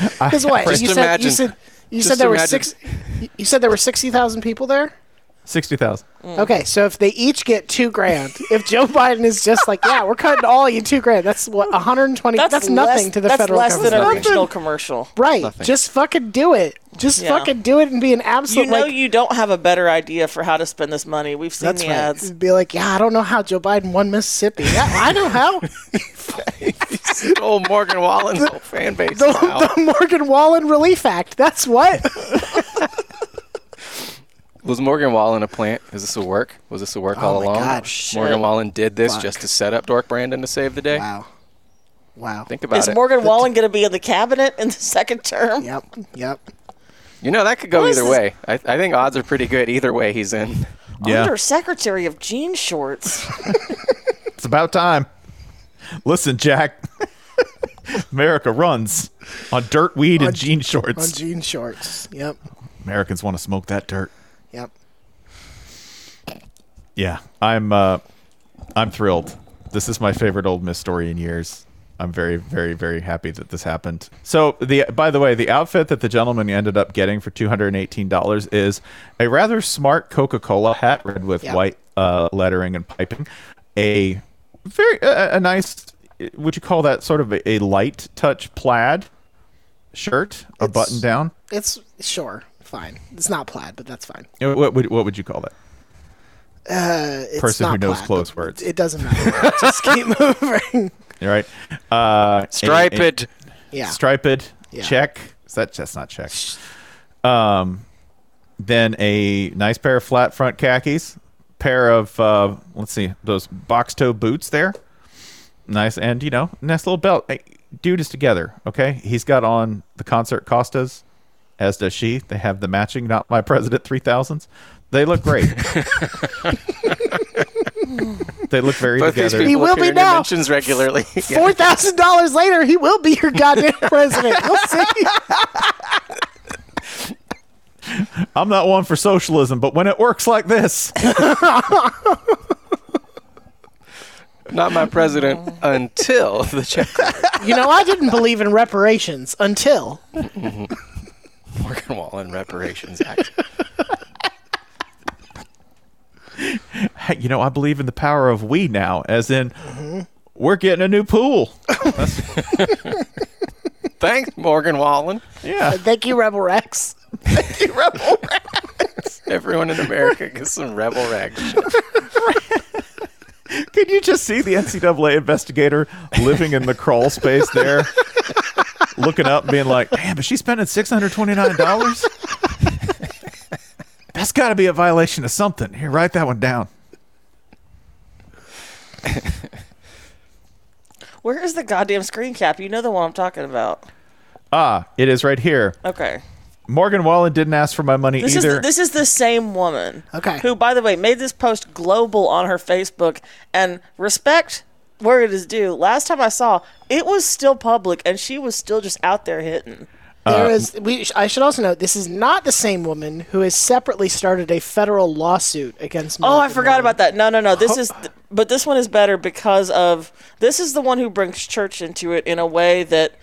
S3: Because what?
S2: Just
S3: you said you
S2: imagine.
S3: said you
S2: Just
S3: said there were
S2: imagine.
S3: six. you- You said there were sixty thousand people there.
S1: sixty thousand.
S3: Okay, so if they each get two grand, if Joe <laughs> Biden is just like, yeah, we're cutting all you two grand, that's what 120. That's, nothing
S4: less-
S3: to the
S4: that's
S3: federal
S4: less
S3: government.
S4: than a
S2: Nothing.
S4: regional commercial.
S3: right?
S2: nothing.
S3: Just fucking do it. Just
S4: Yeah.
S3: fucking do it and be an
S4: You
S3: absolute.
S4: know
S3: like,
S4: you don't have a better idea for how to spend this money. We've seen
S3: that's
S4: the
S3: right.
S4: ads.
S3: Be like, yeah, I don't know how Joe Biden won Mississippi. Yeah, I know
S2: <laughs>
S3: how. <laughs>
S2: Stole Morgan Wallen's whole fan base.
S3: The,
S2: Wow.
S3: the Morgan Wallen Relief Act. That's what.
S2: Was Morgan Wallen a plant? Is this a work? Was this a work all
S3: my
S2: along?
S3: God,
S2: Morgan
S4: shit.
S2: Wallen did this
S3: Fuck.
S2: just to set up Dork Brandon to save the day.
S3: Wow. Wow.
S2: Think about
S4: is
S2: it.
S4: Morgan Wallen going to be in the cabinet in the <laughs> second term?
S3: Yep. Yep.
S2: you know that could go
S4: What is
S2: either
S4: this-
S2: way. I, I think odds are pretty good either way he's in.
S1: Yeah.
S4: Under Secretary of Jean Shorts.
S3: <laughs>
S1: It's about time. Listen, Jack. <laughs> America runs on dirt, weed, and jean
S3: On
S1: shorts.
S3: jean shorts. Yep.
S1: Americans want to smoke that dirt.
S3: Yep.
S1: Yeah, I'm. Uh, I'm thrilled. This is my favorite Old Miss story in years. I'm very, very, very happy that this happened. So the, by the way, the outfit that the gentleman ended up getting for two hundred and eighteen dollars is a rather smart Coca-Cola hat, red with
S3: Yeah.
S1: white uh, lettering and piping, a very a, a nice. Would you call that sort of a, a light touch plaid shirt, a
S3: It's-
S1: button down?
S3: It's sure fine. It's not plaid, but that's fine.
S1: What would what would you call that?
S3: Uh, it's
S1: Person who
S3: not
S1: knows
S3: plaid,
S1: close
S3: but
S1: words.
S3: It doesn't matter.
S1: <laughs>
S3: Just keep moving.
S1: All right. Uh, a- a-
S2: Striped.
S3: Yeah.
S1: striped
S3: Yeah.
S1: check. Is that that's not check. Um, then a nice pair of flat front khakis, pair of uh, let's see those box toe boots there. Nice and you know nice little belt. Hey, dude is together. Okay, he's got on the concert Costas, as does she. They have the matching. Not my president three thousands. They look
S2: <laughs>
S1: great. they look very
S2: Both these
S1: together.
S2: people
S3: He will
S2: appear
S3: be
S2: in your
S3: now. <laughs>
S2: mentions regularly. Yeah.
S3: Four thousand dollars later, he will be
S1: <laughs>
S3: your goddamn president. You'll see.
S1: I'm not one for socialism, but when it works like this,
S2: Not my president
S3: Oh.
S2: until the check.
S3: You know, I didn't believe in reparations until
S2: Morgan Wallen Reparations Act.
S1: hey, you know, I believe in the power of we now, as in we're getting a new pool.
S2: Thanks, Morgan Wallen.
S1: Yeah.
S3: thank you, Rebel Rex.
S1: <laughs>
S2: Everyone in America gets some rebel reaction.
S1: Can you just see the NCAA investigator living in the crawl space there, looking up, and being like, "Damn, is she spending six hundred twenty-nine dollars? That's got to be a violation of something." Here, write that one down.
S4: Where is the goddamn screen cap? You know the one I'm talking about.
S1: Ah, it is right here.
S4: Okay.
S1: Morgan Wallen didn't ask for my money
S4: This
S1: either.
S4: is this is the same woman.
S3: Okay.
S4: Who, by the way, made this post global on her Facebook and respect where it is due. Last time I saw, it was still public and she was still just out there hitting.
S1: Uh,
S3: There is. We. I should also note this is not the same woman who has separately started a federal lawsuit against.
S4: Oh, I
S3: Morgan
S4: forgot
S3: Wallen.
S4: about that. No, no, no. This is, th- but this one is better because of this is the one who brings church into it in a way that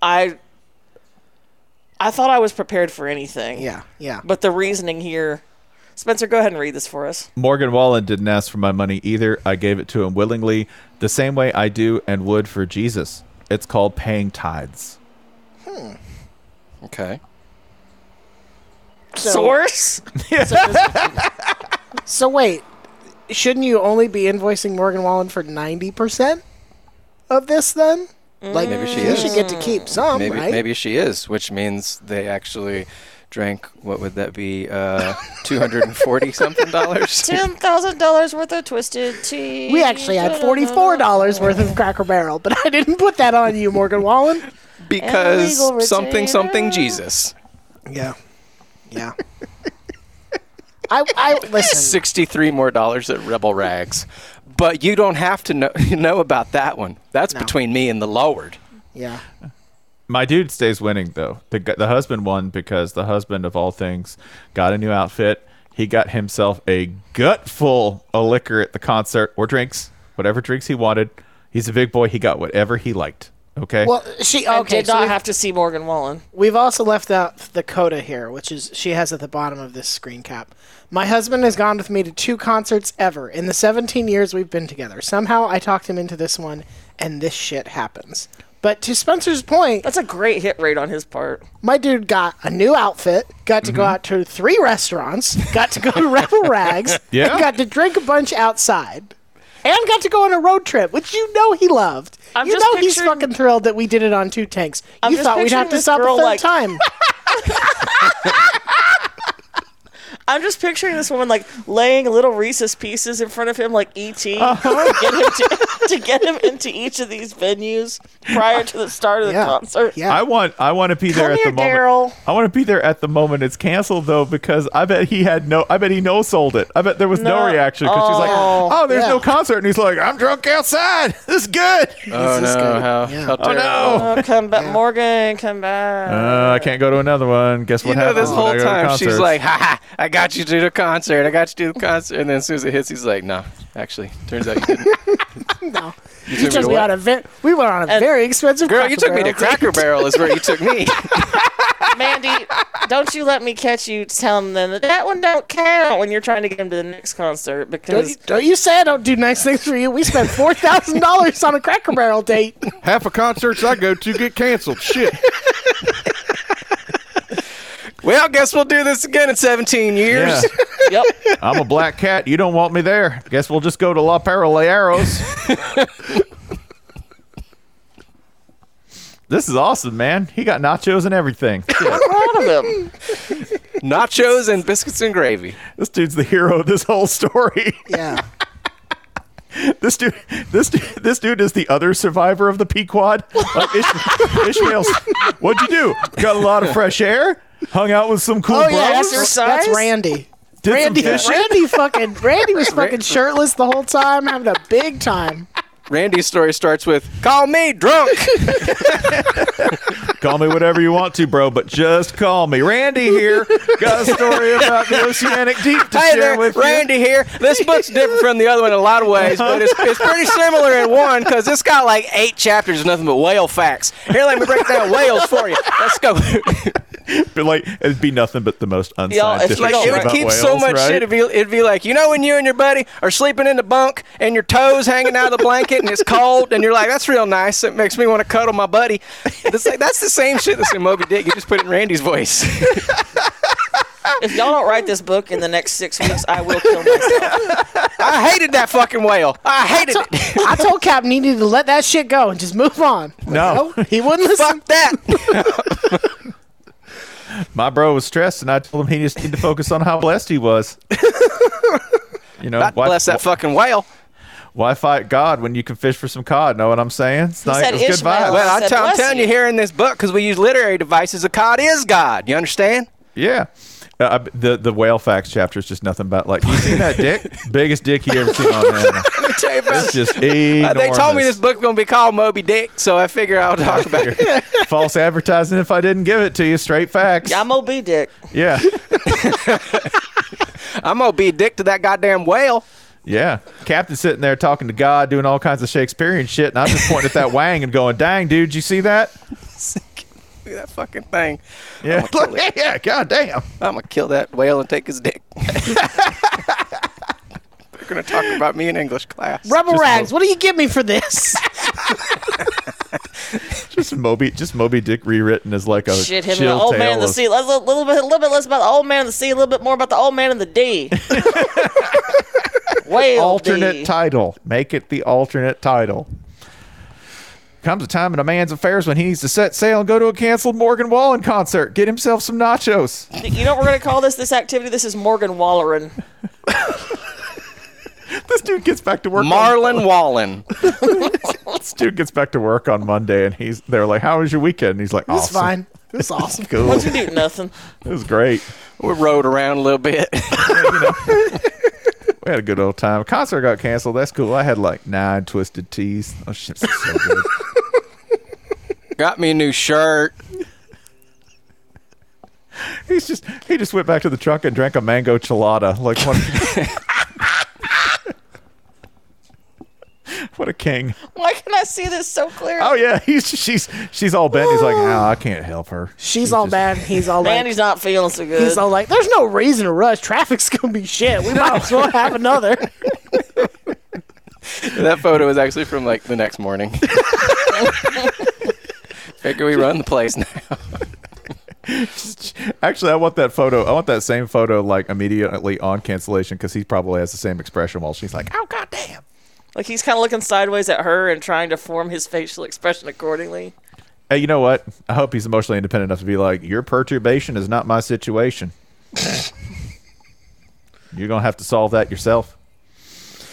S4: I, I thought I was prepared for anything.
S3: Yeah, yeah.
S4: But the reasoning here, Spencer, go ahead and read this for us.
S1: Morgan Wallen didn't ask for my money either. I gave it to him willingly, the same way I do and would for Jesus. It's called paying tithes.
S2: Okay.
S3: <laughs> So-
S4: Source.
S3: So wait, shouldn't you only be invoicing Morgan Wallen for ninety percent of this then? Like
S2: Maybe she
S3: you
S2: is.
S3: should get to keep some,
S2: Maybe
S3: right?
S2: maybe she is, which means they actually drank what would that be, uh, two hundred and forty something
S3: <laughs>
S2: dollars?
S4: Ten thousand dollars worth of twisted tea.
S3: We actually had forty-four dollars worth of Cracker Barrel, but I didn't put that on you, Morgan Wallen.
S2: Because
S4: Illegal
S2: something something
S4: retainer.
S2: Jesus.
S3: Yeah, yeah. I, I listen.
S2: Sixty three more dollars at Rebel Rags. But you don't have to know, <laughs> know about that one. That's
S3: No.
S2: between me and the Lord.
S3: Yeah,
S1: My dude stays winning though. The gu- the husband won because the husband of all things got a new outfit. He got himself a gutful of liquor at the concert or drinks, whatever drinks he wanted. He's a big boy. He got whatever he liked. Okay.
S3: Well, she
S4: I
S3: okay.
S4: did
S3: so
S4: not
S3: we've,
S4: have to see Morgan Wallen.
S3: we've also left out the coda here, which is she has at the bottom of this screen cap. My husband has gone with me to two concerts ever in the 17 years we've been together. Somehow I talked him into this one, and this shit happens. But to Spencer's point,
S4: That's a great hit rate on his part.
S3: my dude got a new outfit, got to go
S2: Mm-hmm.
S3: out to three restaurants, got to go to <laughs> Rebel Rags,
S1: Yeah.
S3: and got to drink a bunch outside, and got to go on a road trip, which you know he loved.
S4: I'm
S3: you
S4: just
S3: know he's
S4: picturing-
S3: fucking thrilled that we did it on two tanks.
S4: I'm
S3: you
S4: just
S3: thought we'd
S4: picturing
S3: have to
S4: this
S3: stop a
S4: girl,
S3: third
S4: like- <laughs>
S3: time.
S4: I'm just picturing this woman like laying little Reese's pieces in front of him, like ET,
S3: Uh-huh.
S4: to, get him to, to get him into each of these venues prior to the start of the
S3: Yeah.
S4: concert.
S3: Yeah.
S1: I want I want to be there
S4: Come
S1: at
S4: here,
S1: the moment.
S4: Daryl.
S1: I want to be there at the moment it's canceled though because I bet he had no I bet he no sold it. I bet there was no,
S4: No.
S1: reaction because she's like,
S4: Oh,
S1: "Oh, there's
S3: yeah.
S1: no concert." And he's like, "I'm drunk outside. <laughs> This is good."
S2: Oh
S3: is
S2: no,
S3: good.
S2: how,
S3: Yeah.
S2: how
S1: oh
S2: terrible.
S1: no.
S4: Oh, come back, Morgan. Come back.
S1: Uh, I can't go to another one. Guess
S2: You
S1: what
S2: know,
S1: happens?
S2: this
S1: when I
S2: whole
S1: go to
S2: time she's
S1: concerts?
S2: like, "Ha ha! I got you to the concert. I got you to the concert." And then as soon as it hits, he's like, "No, actually, turns out you
S3: <laughs>
S2: didn't.
S3: no.
S2: You
S3: You
S2: took me
S3: took
S2: to
S3: me
S2: what?
S3: on a ve- we went on a
S4: And-
S3: very expensive
S2: Girl,
S3: Cracker
S2: you took me to
S3: Barrel
S2: Cracker Barrel. Is where you
S3: <laughs>
S2: took me.
S4: Mandy, don't you let me catch you telling them that that one don't count when you're trying to get him to the next concert
S3: Don't you,
S4: because
S3: don't you say I don't do nice things for you. We spent four thousand dollars on a Cracker Barrel
S4: <laughs>
S3: date.
S5: Half of concerts I go to get canceled. Shit.
S2: well, guess we'll do this again in
S1: <laughs>
S2: 17
S1: Yeah.
S2: years.
S4: yep,
S1: I'm a black cat. You don't want me there. Guess we'll just go to La Paraleros. This is awesome, man. He got nachos and everything. Shit.
S4: Proud of him.
S2: Nachos and biscuits and gravy.
S1: this dude's the hero of this whole story. <laughs>
S3: Yeah.
S1: this dude, this dude, this dude is the other survivor of the Pequod. Like Ish- Ishmael's, what'd you do? Got a lot of fresh air. Hung out with some cool
S3: Oh yeah,
S1: bros.
S3: that's, that's
S4: Exercise?
S3: Randy.
S1: did
S3: Randy,
S1: some fishing.
S3: Randy fucking Randy was fucking shirtless the whole time, having a big time.
S2: Randy's story starts with "Call me drunk."
S1: Call me whatever you want to, bro, but just call me. Randy here got a story about the oceanic deep to
S2: hey
S1: share
S2: there,
S1: with
S2: Randy here. This book's different from the other one in a lot of ways, but it's, it's pretty similar in one because it's got like eight chapters of nothing but whale facts. Here, let me break down whales for you. Let's go.
S1: you. But like, it'd be nothing but the most
S4: Y'all,
S1: unscientific
S4: it's
S2: like
S4: Don't
S1: shit
S2: it would
S1: about
S2: keep
S1: whales,
S2: so much
S1: right?
S2: shit. It'd be, it'd be like you know when you and your buddy are sleeping in the bunk and your toes hanging out of the blanket and it's cold and you're like that's real nice. It makes me want to cuddle my buddy. That's like that's the same shit that's in Moby Dick. You just put it in Randy's voice. <laughs>
S4: If y'all don't write this book in the next six weeks, I will kill myself.
S2: I hated that fucking whale. I hated it.
S3: I told Cap he needed to let that shit go and just move on.
S1: No.
S3: he wouldn't listen.
S2: Fuck that.
S3: <laughs>
S1: My bro was stressed, and I told him he just needed to focus on how blessed he
S2: <laughs>
S1: was. You know,
S2: God
S1: why,
S2: bless that fucking whale.
S1: why fight God when you can fish for some cod? Know what I'm saying? It's nice.
S4: said
S1: It's good
S4: Ishmael.
S1: vibes.
S4: Well,
S2: Well, I'm,
S4: said,
S2: tell- I'm
S4: "Bless
S2: telling you
S4: you."
S2: here in this book because we use literary devices. The God is God. You understand?
S1: Yeah. Uh, I- the the whale facts chapter is just nothing but like you seen that
S2: <laughs>
S1: dick biggest dick he ever seen on the
S2: Let me tell you
S1: <laughs>
S2: about
S1: It's
S2: it.
S1: just
S2: Uh,
S1: enormous.
S2: <laughs> They told me this book's gonna be called Moby Dick, so I figure I'll talk
S1: <laughs>
S2: about it.
S1: false advertising if I didn't give it to you. Straight facts.
S4: I'm OB Dick.
S1: Yeah.
S2: I'm gonna be a dick to that goddamn whale.
S1: Yeah. Captain sitting there talking to God, doing all kinds of Shakespearean shit, and I'm just pointing at
S4: <laughs>
S1: that wang and going, dang, dude, you see that?
S2: Look at that fucking thing.
S1: Yeah. yeah, <laughs> god damn.
S2: I'm gonna kill that whale and take his dick. <laughs> They're gonna talk about me in English class.
S3: Rubber
S1: Just
S3: rags. What do you give me for this? <laughs>
S1: Just Moby just Moby Dick rewritten as like a
S4: Shit, him and the
S1: chill
S4: old
S1: tale
S4: man in the
S1: of-
S4: sea. Let's a little bit, a little bit less about the old man in the sea, a little bit more about the old man in the D. Whale
S1: alternate
S4: D.
S1: title. Make it the alternate title. Comes a time in a man's affairs when he needs to set sail and go to a canceled Morgan Wallen concert. Get himself some nachos. <laughs>
S4: You know what we're gonna call this? This activity. This is Morgan Wallerin.
S1: This dude gets back to work. on,
S2: Marlon Wallen.
S1: this dude gets back to work on Monday, and he's they're like, "How was your weekend?" And he's like,
S3: It's
S1: "Awesome,
S3: fine.
S1: <laughs>
S3: It's awesome.
S1: cool.
S4: What you do? Nothing.
S1: it was great.
S2: We rode around a little bit. <laughs>
S1: We had a good old time. Concert got canceled. That's cool. I had like nine twisted teas. Oh shit, this is so
S3: <laughs>
S1: good.
S2: Got me a new shirt.
S1: He's just he just went back to the truck and drank a mango chilada. Like what? <laughs> what a king!
S4: Why can I see this so clearly?
S1: Oh yeah, he's she's she's all bent. He's like, oh, I can't help her.
S3: She's all
S1: just-
S3: bad. He's all
S4: man,
S3: like,
S4: he's not feeling so good.
S3: he's all like, there's no reason to rush. Traffic's gonna be shit. We might as well have another.
S2: That photo is actually from like the next morning. <laughs> Figure we run the place now.
S1: <laughs> Actually, I want that photo. I want that same photo like immediately on cancellation because he probably has the same expression while she's like, oh goddamn.
S4: like he's kind of looking sideways at her and trying to form his facial expression accordingly.
S1: Hey, you know what? I hope he's emotionally independent enough to be like, your perturbation is not my <laughs> situation. You're gonna have to solve that yourself.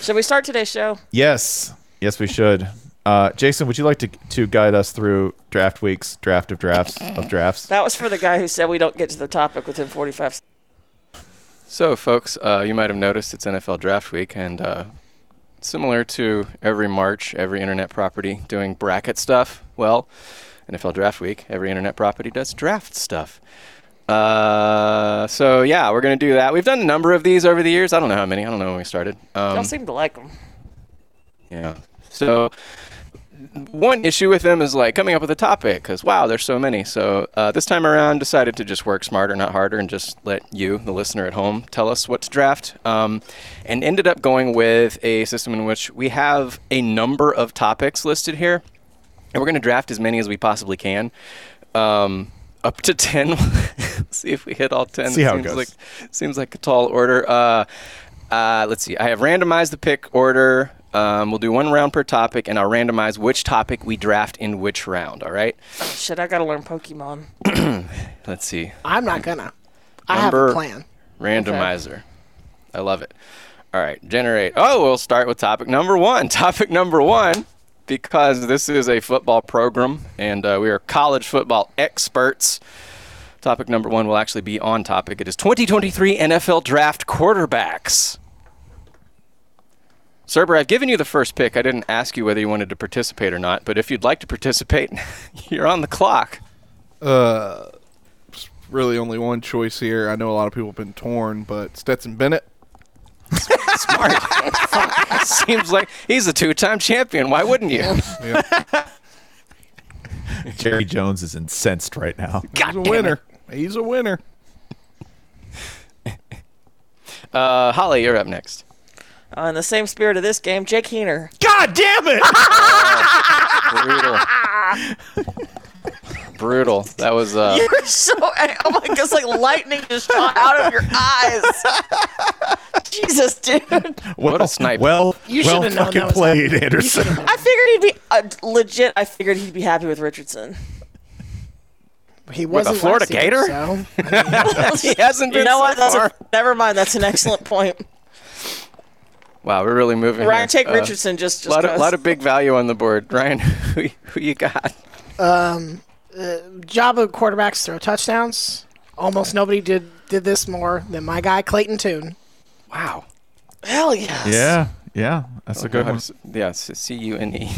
S4: Should we start today's show?
S1: Yes. Yes, we should. Uh, Jason, would you like to, to guide us through draft weeks, draft of drafts, of drafts?
S4: That was for the guy who said we don't get to the topic within 45 seconds.
S2: So, folks, uh, you might have noticed it's NFL Draft Week, and uh, similar to every March, every internet property doing bracket stuff, well, NFL Draft Week, every internet property does draft stuff. Uh, so, yeah, we're going to do that. We've done a number of these over the years. I don't know how many. I don't know when we started. Um,
S4: Y'all seem to like him.
S2: yeah. So one issue with them is like coming up with a topic because wow, there's so many. So uh, this time around, decided to just work smarter, not harder, and just let you, the listener at home, tell us what to draft. Um, and ended up going with a system in which we have a number of topics listed here, and we're going to draft as many as we possibly can. Um, up to <laughs> 10 see if we hit all 10
S1: See how it
S2: <laughs> seems
S1: goes.
S2: like seems like a tall order uh, uh, let's see i have randomized the pick order Um, we'll do one round per topic, and I'll randomize which topic we draft in which round. All right.
S4: Shit, I gotta learn Pokemon.
S2: Let's see.
S3: I'm not gonna. I have
S2: Number-
S3: a plan.
S2: Randomizer. I love it. All right, generate. Oh, we'll start with topic number one. <laughs> Topic number one, because this is a football program and uh, we are college football experts. Topic number one will actually be on topic. It is 2023 NFL Draft quarterbacks. Cerber, I've given you the first pick. I didn't ask you whether you wanted to participate or not, but if you'd like to participate, <laughs> you're on the clock. <laughs>
S5: Really, only one choice here. I know a lot of people have been torn, but Stetson Bennett.
S2: Smart. Seems like he's a two-time champion. Why wouldn't you?
S5: Yeah,
S1: Jerry Jones is incensed right
S3: <laughs>
S1: now.
S5: he's a winner. He's a winner.
S2: Uh, Holly, you're up next.
S4: Uh, in the same spirit of this game, Jake Heener.
S1: God damn it!
S2: Brutal. <laughs> Brutal. That was uh,
S4: <laughs> You're so oh my god, it's like lightning just shot out of your <laughs> eyes. Jesus, dude. I
S2: What a snipe.
S1: <laughs> Well,
S3: You
S1: well
S3: should've known
S1: fucking
S3: that was
S1: played, Anderson.
S4: figured he'd be uh, legit. I figured he'd be happy with Richardson.
S3: He wasn't last
S2: Florida
S3: year,
S2: Gator?
S3: so-
S2: he hasn't
S4: <laughs>
S2: been
S4: You know
S2: so
S4: what? That's
S2: far.
S4: a, never mind. That's an excellent
S2: <laughs>
S4: point.
S2: wow, we're really moving.
S4: Ryan,
S2: here.
S4: take
S2: Uh,
S4: Richardson. Just, just
S2: lot of,
S4: cause.
S2: lot of big value on the board. Ryan, <laughs> who, y- who you got?
S3: job of quarterbacks throw touchdowns. Almost nobody did did this more than my guy Clayton Toon.
S2: Wow.
S4: hell yes.
S1: yeah, yeah, that's a good
S2: How
S1: one.
S2: does- Yeah, C U N E.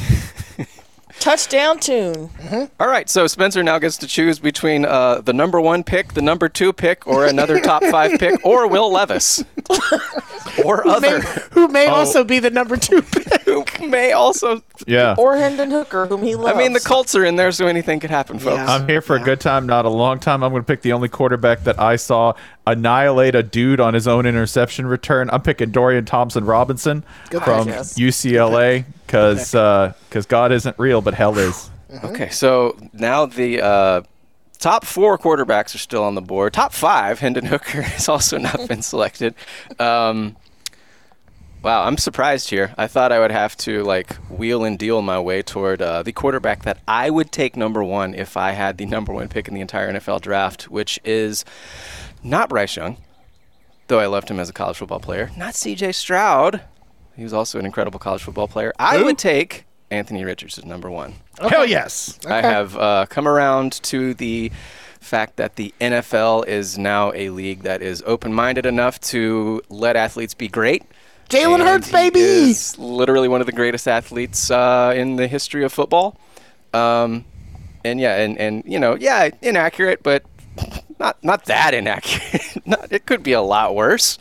S4: Touchdown tune.
S2: All right, so Spencer now gets to choose between uh, the number one pick, the number two pick, or another top five pick, or Will Levis, or
S3: <laughs>
S2: other, Oh.
S3: Who may also be the number
S2: <laughs>
S3: two pick.
S2: who may also.
S1: Yeah,
S4: Or Hendon Hooker, whom he
S2: I
S4: loves.
S2: mean, the Colts are in there, so anything could happen, folks.
S3: Yeah.
S1: I'm here for a good time, not a long time. I'm going to pick the only quarterback that I saw annihilate a dude on his own interception return. I'm picking Dorian Thompson Robinson
S3: Good
S1: from
S4: pick, yes.
S1: UCLA because uh, God isn't real, but hell is.
S2: Okay, so now the uh, top four quarterbacks are still on the board. Top five, Hendon Hooker <laughs> has also not been selected. Um, wow, I'm surprised here. I thought I would have to like wheel and deal my way toward uh, the quarterback that I would take number one if I had the number one pick in the entire NFL draft, which is not Bryce Young, though I loved him as a college football player. Not C.J. Stroud. He was also an incredible college football player. I would take Anthony Richards as number one.
S5: Hell yes.
S2: I have uh, come around to the fact that the NFL is now a league that is open-minded enough to let athletes be great.
S3: Jalen
S2: And
S3: Hurts,
S2: he
S3: baby.
S2: is literally one of the greatest athletes uh, in the history of football. Um, and yeah, and, and you know, yeah, inaccurate, but not not that inaccurate. <laughs> not, it could be a lot worse.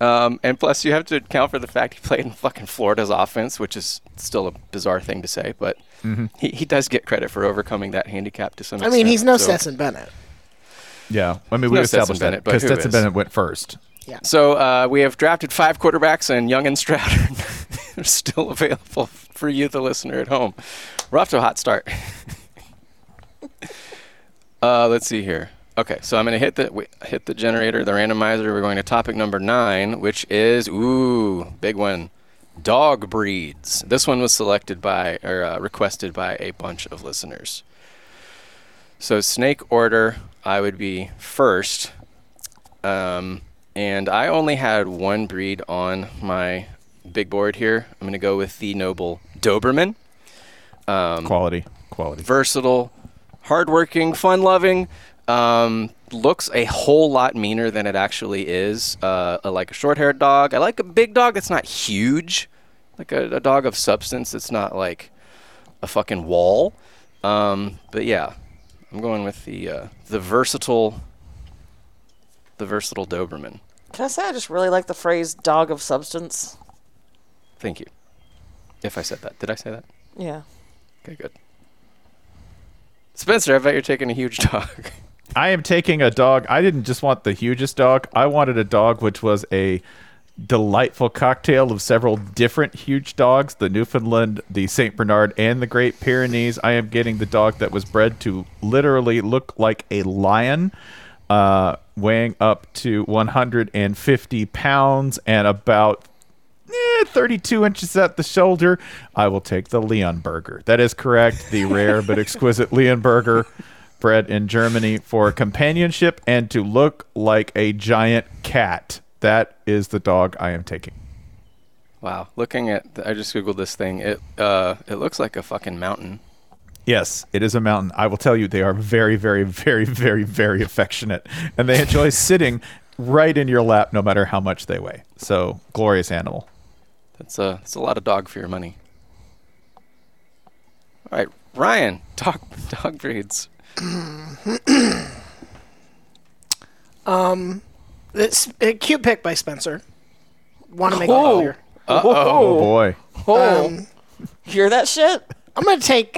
S2: Um, and plus, you have to account for the fact he played in fucking Florida's offense, which is still a bizarre thing to say, but he, he does get credit for overcoming that handicap to some
S3: I
S2: extent.
S3: mean, he's no
S2: so.
S3: Stetson Bennett.
S1: Yeah, I mean we
S2: No Stetson
S1: established
S2: Bennett,
S1: that
S2: but
S1: because
S2: who
S1: Stetson
S2: is?
S1: Bennett went first.
S2: So uh, we have drafted five quarterbacks, and Young and Stroud are <laughs> still available for you, the listener at home. We're off to a hot start. <laughs> uh, let's see here. Okay, so I'm going to hit the wait, hit the generator, the randomizer. We're going to topic number nine, which is ooh, big one. Dog breeds. This one was selected by or uh, requested by a bunch of listeners. So snake order, I would be first. Um, and I only had one breed on my big board here. I'm going to go with the noble Doberman. Um,
S1: Quality, quality.
S2: Versatile, hardworking, fun loving. Um, looks a whole lot meaner than it actually is. Uh, I like a short haired dog. I like a big dog that's not huge, like a, a dog of substance that's not like a fucking wall. Um, but yeah, I'm going with the uh, the versatile the versatile Doberman.
S4: Can I say I just really like the phrase "dog of substance"?
S2: Thank you. If I said that, did I say that?
S4: Yeah.
S2: Okay, good. Spencer, I bet you're taking a huge <laughs> dog.
S1: I am taking a dog. I didn't just want the hugest dog. I wanted a dog which was a delightful cocktail of several different huge dogs the Newfoundland, the St. Bernard, and the Great Pyrenees. I am getting the dog that was bred to literally look like a lion, uh, weighing up to 150 pounds and about eh, eh, 32 inches at the shoulder. I will take the Leon burger. That is correct. The rare but exquisite Leon burger bred in Germany for companionship and to look like a giant cat. That is the dog I am taking.
S2: Wow, looking at the, I just googled this thing. It uh, it looks like a fucking mountain.
S1: Yes, it is a mountain. I will tell you, they are very, very, very, very, very affectionate, and they enjoy sitting right in your lap, no matter how much they weigh. So glorious animal.
S2: That's a that's a lot of dog for your money. All right, Ryan, dog <laughs> dog breeds.
S3: It's a cute pick by Spencer. Want to make it clear.
S2: Uh
S1: Oh
S2: oh.
S1: boy,
S4: Oh,
S3: Um,
S4: hear that shit?
S3: I'm gonna take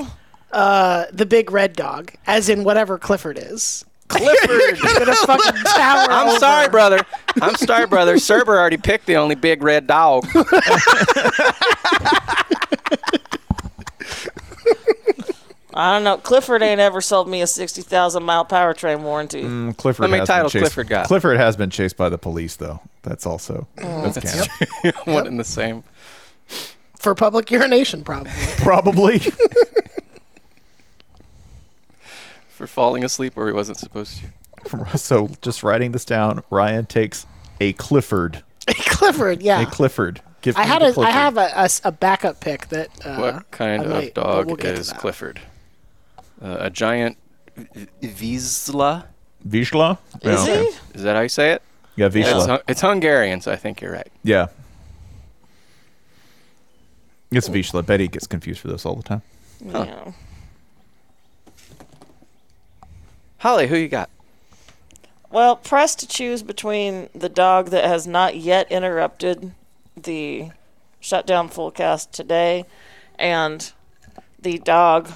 S3: uh, the big red dog, as in whatever Clifford is.
S2: Clifford.
S3: <laughs> Gonna fucking tower.
S2: I'm
S3: over.
S2: sorry, brother. I'm sorry, brother. Cerber already picked the only big red dog.
S4: I don't know. Clifford ain't ever sold me a sixty thousand mile powertrain warranty.
S1: Mm, Clifford.
S2: How many
S1: has been
S2: titles
S1: chased-
S2: Clifford got?
S1: Clifford has been chased by the police, though. That's also
S2: Oh,
S1: that's canon.
S2: One in <laughs> the same.
S3: for public urination, probably. <laughs>
S1: probably. <laughs>
S2: For falling asleep where he wasn't supposed to.
S1: so just writing this down, Ryan takes a Clifford.
S3: Clifford, yeah.
S1: A Clifford. Give
S3: I
S1: me
S3: had
S1: the
S3: a, I
S1: Clifford.
S3: have a, a s- a backup pick that. Uh,
S2: What kind
S3: I
S2: of
S3: might, but
S2: dog
S3: we'll get to
S2: is
S3: that.
S2: Clifford? Uh, a giant Vizsla?
S1: Vizsla.
S4: Is
S1: yeah.
S4: he?
S2: Is that how you say it?
S1: Yeah,
S2: It's,
S1: Vizsla.
S2: Hun- it's Hungarian, so I think you're right.
S1: Yeah. It's Vishla. Betty gets confused for this all the time.
S4: Yeah.
S2: Holly, who you got?
S4: Well, pressed to choose between the dog that has not yet interrupted the shutdown full cast today and the dog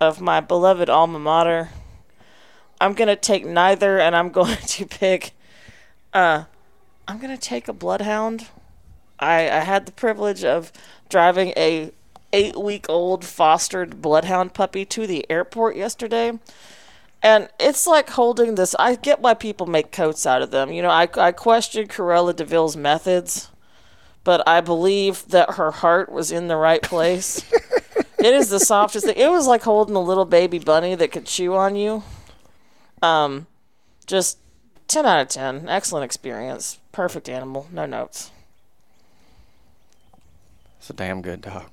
S4: of my beloved alma mater, I'm going to take neither and I'm <laughs> going to pick. Uh, I'm going to take a bloodhound. I, I had the privilege of driving a eight week old fostered bloodhound puppy to the airport yesterday and it's like holding this. I get why people make coats out of them. You know, I, I question Corella Deville's methods, but I believe that her heart was in the right place. it is the softest thing. It was like holding a little baby bunny that could chew on you. Um, just 10 out of 10. Excellent experience. Perfect animal. No notes.
S2: It's a damn good dog.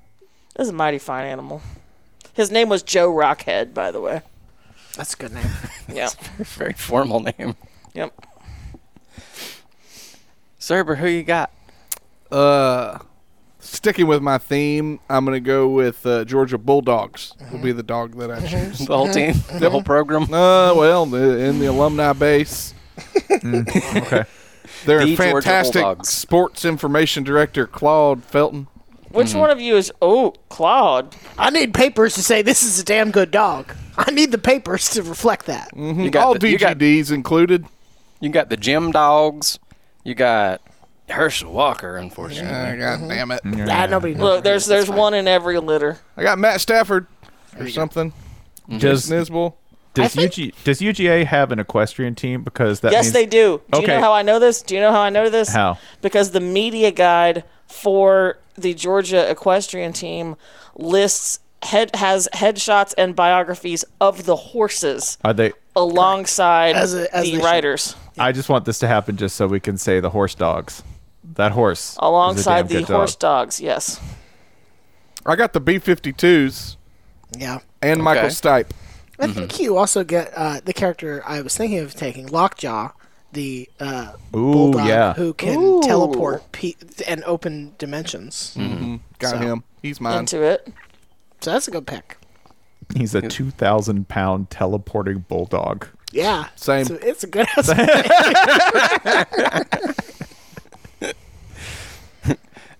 S2: <laughs>
S4: This is a mighty fine animal. His name was Joe Rockhead, by the way.
S3: That's a good name.
S4: Yeah.
S3: <laughs>
S2: Very formal name.
S4: Yep.
S2: Cerber, who
S3: <laughs>
S2: you got?
S5: Uh, sticking with my theme, I'm gonna go with uh, Georgia Bulldogs. Will be the dog that I <laughs> choose.
S2: The
S3: <laughs>
S2: whole team? The whole program?
S5: Uh, well, the- in the alumni base, <laughs>
S1: Okay.
S5: their
S2: The Georgia
S5: fantastic
S2: Bulldogs.
S5: sports information director Claude Felton.
S4: Which one of you is. Oh, Claude.
S3: I need papers to say this is a damn good dog. I need the papers to reflect that.
S2: You got
S5: Mm-hmm. All
S2: the- you got-
S5: DGDs included.
S2: You got the gym dogs. You got Herschel Walker, unfortunately.
S5: Uh, God damn it!
S1: Mm-hmm.
S3: Ah, nobody knows.
S4: Look, there's there's one in every litter.
S5: I got Matt Stafford or something.
S2: Mm-hmm.
S1: Does
S5: Nisbel.
S1: does, UG, does UGA have an equestrian team? Because that
S4: yes,
S1: means
S4: they do. Do you
S1: Okay.
S4: know how I know this? Do you know how I know this?
S1: How?
S4: Because the media guide for the Georgia equestrian team lists head has headshots and biographies of the horses
S1: are they.
S4: alongside
S3: As a- as they
S4: the
S3: should.
S4: riders,
S1: I just want this to happen just so we can say the horse dogs. That horse is a damn
S4: alongside the
S1: good dog.
S4: horse dogs. Yes.
S5: I got the B52s
S3: Yeah.
S5: and Michael Stipe.
S3: I think you also get uh, the character I was thinking of taking, Lockjaw, the uh,
S1: Ooh,
S3: bulldog
S1: yeah.
S3: who can teleport pe- and open dimensions.
S2: Mm-hmm.
S5: Mm-hmm. Got
S3: So-
S5: him. He's
S3: Um,
S5: mine.
S4: Into it.
S3: So that's a good pick.
S1: He's a 2,000 pound teleporting bulldog.
S3: Yeah.
S5: Same.
S3: So it's a good ass.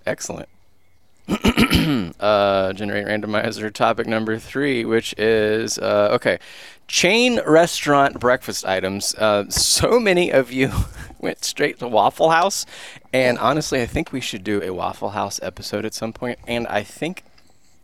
S2: Excellent. <clears throat> uh, generate randomizer topic number three, which is uh, okay. Chain restaurant breakfast items. Uh, so many of you <laughs> went straight to Waffle House, and honestly, I think we should do a Waffle House episode at some point. And I think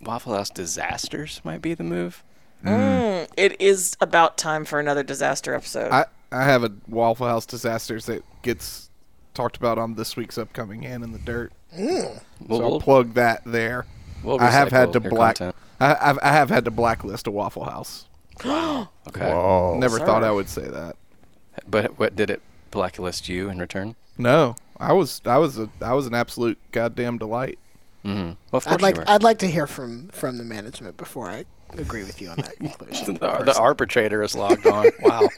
S2: Waffle House disasters might be the move.
S4: It is about time for another disaster episode.
S5: I, I have a Waffle House disasters that gets talked about on this week's upcoming Hand in the Dirt.
S2: We'll,
S5: so I'll
S2: we'll,
S5: plug that there.
S2: we'll
S5: I have had
S2: recycle
S5: to
S2: your
S5: black. I,
S2: content.
S5: I've, I have had to blacklist a Waffle House.
S2: Okay.
S1: Oh,
S5: Never
S4: sir.
S5: thought I would say that.
S2: But what did it blacklist you in return?
S5: No, I was I was a I was an absolute goddamn delight.
S2: Mm-hmm. Well, of
S3: <laughs>
S2: course
S3: I'd like
S2: you were.
S3: I'd like to hear from from the management before I agree with you on that conclusion.
S2: <laughs> the, the arbitrator is
S3: <laughs>
S2: logged on. Wow.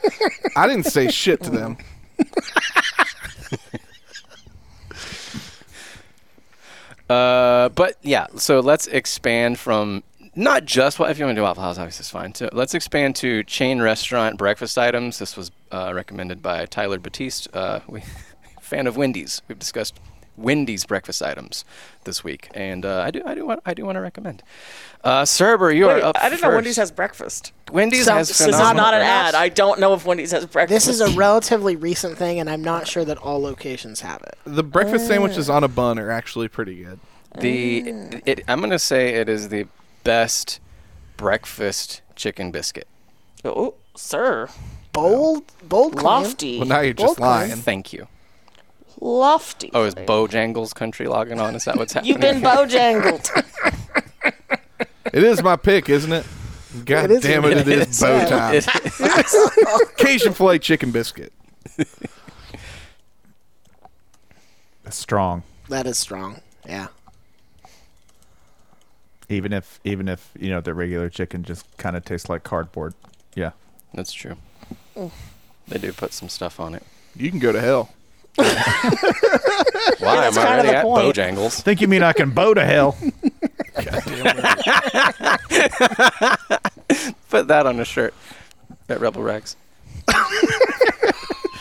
S5: I didn't say shit to them.
S2: Uh, but yeah, so let's expand from not just well, if you want to do Waffle House, obviously it's fine. So let's expand to chain restaurant breakfast items. This was uh, recommended by Tyler Batiste, uh, <laughs> we fan of Wendy's. We've discussed Wendy's breakfast items this week, and uh, I do I do want I do want to recommend. Uh, Cerber, you
S4: Wait,
S2: are up.
S4: I didn't know
S2: first.
S4: Wendy's has breakfast.
S2: Wendy's
S3: So-
S2: has
S3: so it's
S4: This is
S2: phenomenal
S4: not an ad.
S2: breakfast.
S4: I don't know if Wendy's has breakfast.
S3: This is a relatively recent thing, and I'm not sure that all locations have it.
S5: The breakfast sandwiches on a bun are actually pretty good.
S2: The it, I'm gonna say it is the best breakfast chicken biscuit.
S4: <laughs> Oh, sir.
S3: Bold, bold, claim.
S4: Lofty.
S5: Well, now you're just
S3: Well,
S5: lying.
S2: Thank you.
S4: Lofty.
S2: Oh, is Bojangles country logging on? Is that <laughs> what's happening?
S4: You've been bojangled.
S5: It is my pick, isn't it? God
S3: It is-
S5: damn it, it
S2: it
S5: is bow time.
S2: <laughs>
S5: Cajun filet chicken biscuit.
S1: that's strong.
S3: <laughs> That is strong. Yeah.
S1: Even if even if you know the regular chicken just kind of tastes like cardboard. Yeah.
S2: That's true. They do put some stuff on it.
S5: You can go to hell.
S2: <laughs> Why
S4: that's
S2: am
S4: kind
S2: I
S4: of
S2: already
S4: the
S2: at
S4: point.
S2: Bojangles?
S1: Think you mean I can bow to hell?
S2: Put that on a shirt at Rebel Rags.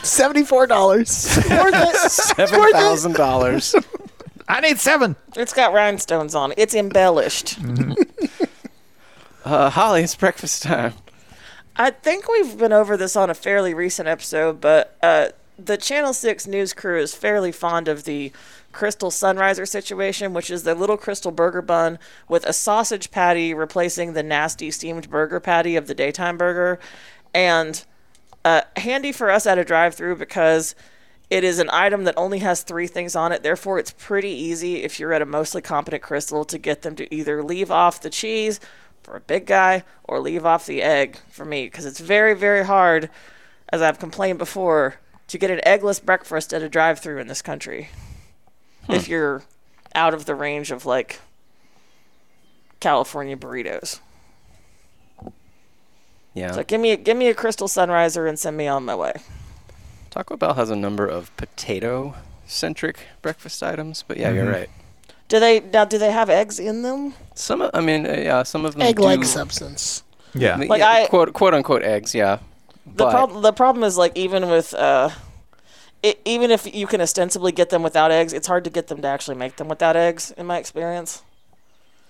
S3: Seventy-four dollars.
S2: Seven thousand dollars.
S1: I need seven.
S4: it's got rhinestones on it. It's embellished.
S2: Uh, Holly, it's breakfast time.
S4: I think we've been over this on a fairly recent episode, but uh, the Channel 6 news crew is fairly fond of the Crystal Sunriser situation, which is the little crystal burger bun with a sausage patty replacing the nasty steamed burger patty of the daytime burger. And uh, handy for us at a drive through because it is an item that only has three things on it. Therefore, it's pretty easy if you're at a mostly competent crystal to get them to either leave off the cheese for a big guy or leave off the egg for me because it's very, very hard, as I've complained before, to get an eggless breakfast at a drive through in this country if you're out of the range of like California burritos.
S2: Yeah.
S4: So give me a, give me a crystal sunriser and send me on my way.
S2: Taco Bell has a number of potato-centric breakfast items, but yeah, you're right.
S4: Do they now? Do they have eggs in them?
S2: Some, of- I mean, uh, yeah, some of them
S3: Egg-like
S2: do-
S3: substance.
S1: Yeah.
S2: Yeah,
S4: Like, I-
S2: quote, quote unquote eggs. Yeah.
S4: The
S2: But-
S4: problem the problem is like even with uh, it, even if you can ostensibly get them without eggs, it's hard to get them to actually make them without eggs. In my experience,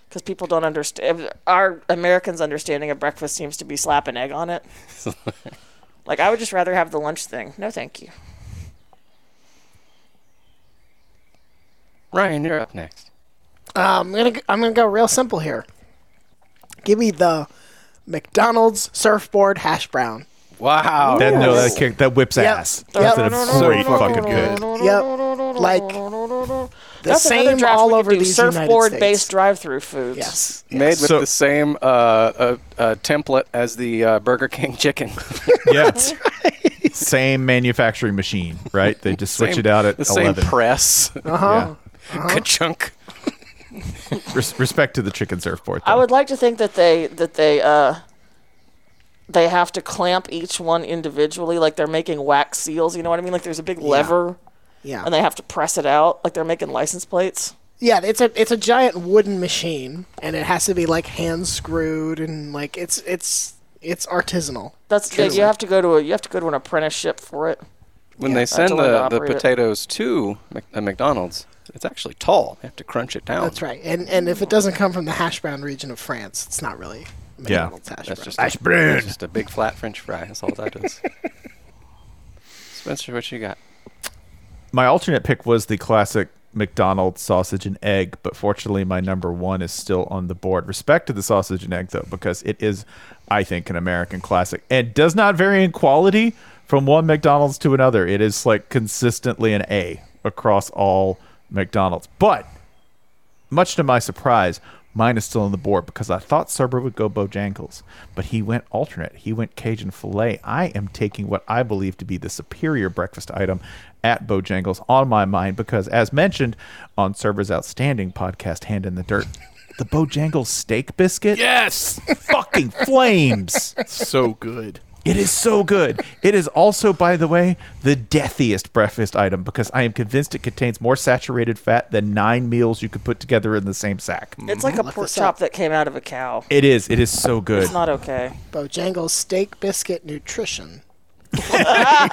S4: because people don't understand our Americans' understanding of breakfast seems to be slap an egg on it. like I would just rather have the lunch thing. No, thank you.
S2: Ryan, you're up next.
S3: Um, I'm gonna g- I'm gonna go real simple here. Give me the McDonald's surfboard hash brown.
S2: Wow.
S1: That no, that kick that whips
S3: Yep.
S1: ass.
S3: Yep.
S1: That's a great fucking good.
S3: Yep. Like the
S4: That's another
S3: same
S4: draft we
S3: all
S4: could
S3: over
S4: do,
S3: these United States.
S4: surfboard-based drive-through foods.
S3: Yes.
S2: Made with
S1: So-
S2: the same uh, uh, uh, template as the uh, Burger King <laughs> chicken.
S1: Yeah. Same manufacturing machine, right? They just switch
S2: Same-
S1: it out at
S2: the same
S1: eleven.
S2: press. <laughs>
S4: Uh-huh.
S1: Yeah.
S3: Uh-huh.
S2: Ka-chunk.
S1: Res- respect to the chicken surfboard.
S4: I
S1: though.
S4: would like to think that they that they uh they have to clamp each one individually, like they're making wax seals. You know what I mean? Like there's a big lever,
S3: Yeah.
S4: and they have to press it out, like they're making license plates.
S3: Yeah, it's a it's a giant wooden machine, and it has to be like hand screwed, and like it's it's it's artisanal.
S4: That's they, you have to go to a you have to go to an apprenticeship for it.
S2: When they send
S4: learn to
S2: the, the
S4: operate it.
S2: potatoes to Mc- uh, McDonald's, it's actually tall. They have to crunch it
S1: Oh.
S2: down.
S3: That's right. And and if it doesn't come from the hash brown region of France, it's not really
S1: Yeah.
S3: McDonald's hash
S2: That's
S3: brown.
S2: just, a, that's just a big flat French fry. That's all that
S3: <laughs>
S2: is. Spencer, what you got?
S1: my alternate pick was the classic McDonald's sausage and egg, but fortunately, my number one is still on the board. Respect to the sausage and egg, though, because it is, I think, an American classic and does not vary in quality from one McDonald's to another. It is like consistently an A. across all McDonald's. But much to my surprise, mine is still on the board because I thought Cerber would go Bojangles, but he went alternate. He went Cajun filet. I am taking what I believe to be the superior breakfast item at Bojangles on my mind because, as mentioned on Cerber's outstanding podcast, Hand in the Dirt, the Bojangles steak biscuit
S5: Yes.
S1: fucking flames.
S5: so good.
S1: It is so good. It is also, by the way, the deathiest breakfast item because I am convinced it contains more saturated fat than nine meals you could put together in the same sack.
S4: It's like a pork
S3: this up.
S4: chop that came out of a cow.
S1: It is. It is so good.
S4: It's not okay.
S3: Bojangles steak biscuit nutrition.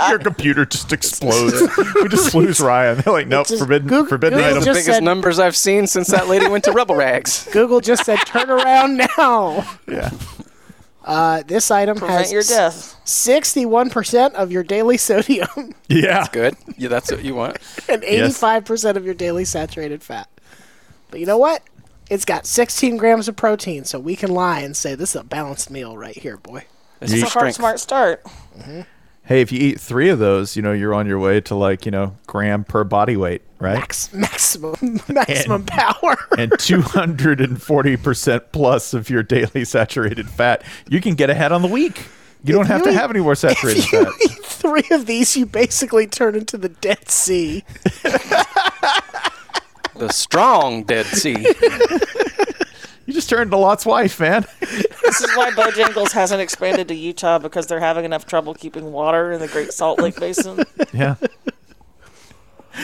S1: Your computer just explodes. <laughs> we just lose Ryan. They're like, nope,
S3: Just
S1: forbidden,
S3: Goog-
S1: forbidden
S3: Google
S1: item.
S3: just
S2: Biggest
S3: said-
S2: numbers I've seen since that lady went to Rebel Rags.
S3: Google just said turn around <laughs> now.
S1: yeah.
S3: Uh, this item
S4: Prevent
S3: has
S4: your death.
S3: Sixty-one percent of your daily sodium <laughs>
S1: Yeah.
S2: Good. Yeah, that's what you want.
S3: and
S1: Yes.
S3: eighty-five percent of your daily saturated fat. But you know what? It's got sixteen grams of protein, so we can lie and say this is a balanced meal right here, boy.
S4: It's
S2: It's
S4: a
S2: your
S4: hard,
S2: strength.
S4: smart start.
S1: Hey, if you eat three of those, you know, you're on your way to like, you know, gram per body weight, right?
S3: Max, maximum, <laughs> maximum power.
S1: and 240% plus of your daily <laughs> saturated fat, you can get ahead on the week. You don't have
S3: you
S1: to
S3: eat-
S1: have any more saturated
S3: if you
S1: fat.
S3: eat <laughs> three of these, you basically turn into the Dead Sea.
S2: The strong Dead Sea. <laughs>
S1: You just turned to Lot's wife, man. <laughs>
S4: This is why Bojangles hasn't expanded to Utah because they're having enough trouble keeping water in the Great Salt Lake Basin.
S1: Yeah.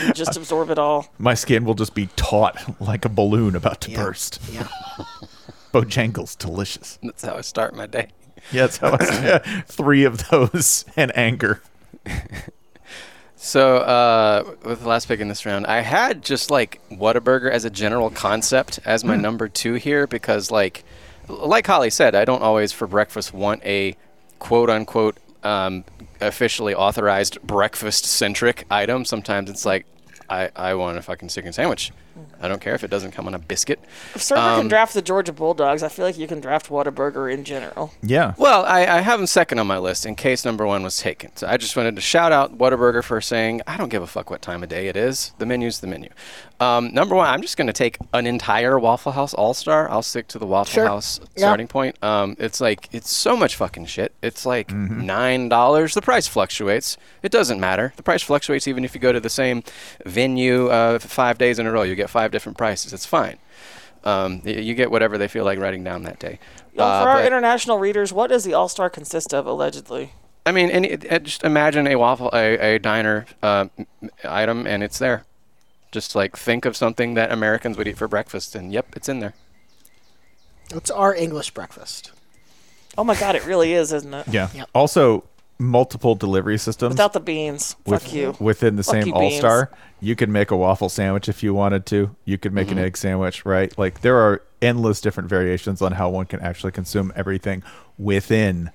S4: You just absorb it all.
S1: My skin will just be taut like a balloon about to burst.
S3: Yeah.
S1: <laughs> Bojangles, delicious.
S2: That's how I start my day.
S1: <laughs> Yeah, that's how I yeah, three of those <laughs> and anger.
S2: So, uh, with the last pick in this round, I had just like Whataburger as a general concept as my number two here because, like, like Holly said, I don't always for breakfast want a quote unquote um, officially authorized breakfast centric item. Sometimes it's like, I, I want a fucking chicken sandwich. I don't care if it doesn't come on a biscuit.
S4: If Server can draft the Georgia Bulldogs, I feel like you can draft Whataburger in general.
S1: Yeah.
S2: Well, I, I have them second on my list in case number one was taken. So I just wanted to shout out Whataburger for saying, I don't give a fuck what time of day it is. The menu's the menu. Um, number one, I'm just going to take an entire Waffle House All Star. I'll stick to the Waffle
S3: Sure.
S2: House
S3: Yeah.
S2: starting point. Um, it's like, it's so much fucking shit. It's like $9. The price fluctuates. It doesn't matter. The price fluctuates even if you go to the same venue uh, five days in a row. You get five different prices. It's fine. Um, y- you get whatever they feel like writing down that day.
S4: Y'all, for
S2: Uh,
S4: our
S2: but-
S4: international readers, what does the All Star consist of allegedly?
S2: I mean, any, it- it- just imagine a waffle, a, a diner uh, m- item, and it's there. Just like think of something that Americans would eat for breakfast, and yep, it's in there.
S3: It's our English breakfast.
S4: Oh my God, it really is, isn't it?
S1: Yeah.
S3: Yep.
S1: Also, multiple delivery systems.
S4: Without the beans, fuck you.
S1: within the
S4: Fuck
S1: same
S4: you,
S1: All
S4: Beans.
S1: Star. You could make a waffle sandwich if you wanted to. You could make
S4: Mm-hmm.
S1: an egg sandwich, right? Like there are endless different variations on how one can actually consume everything within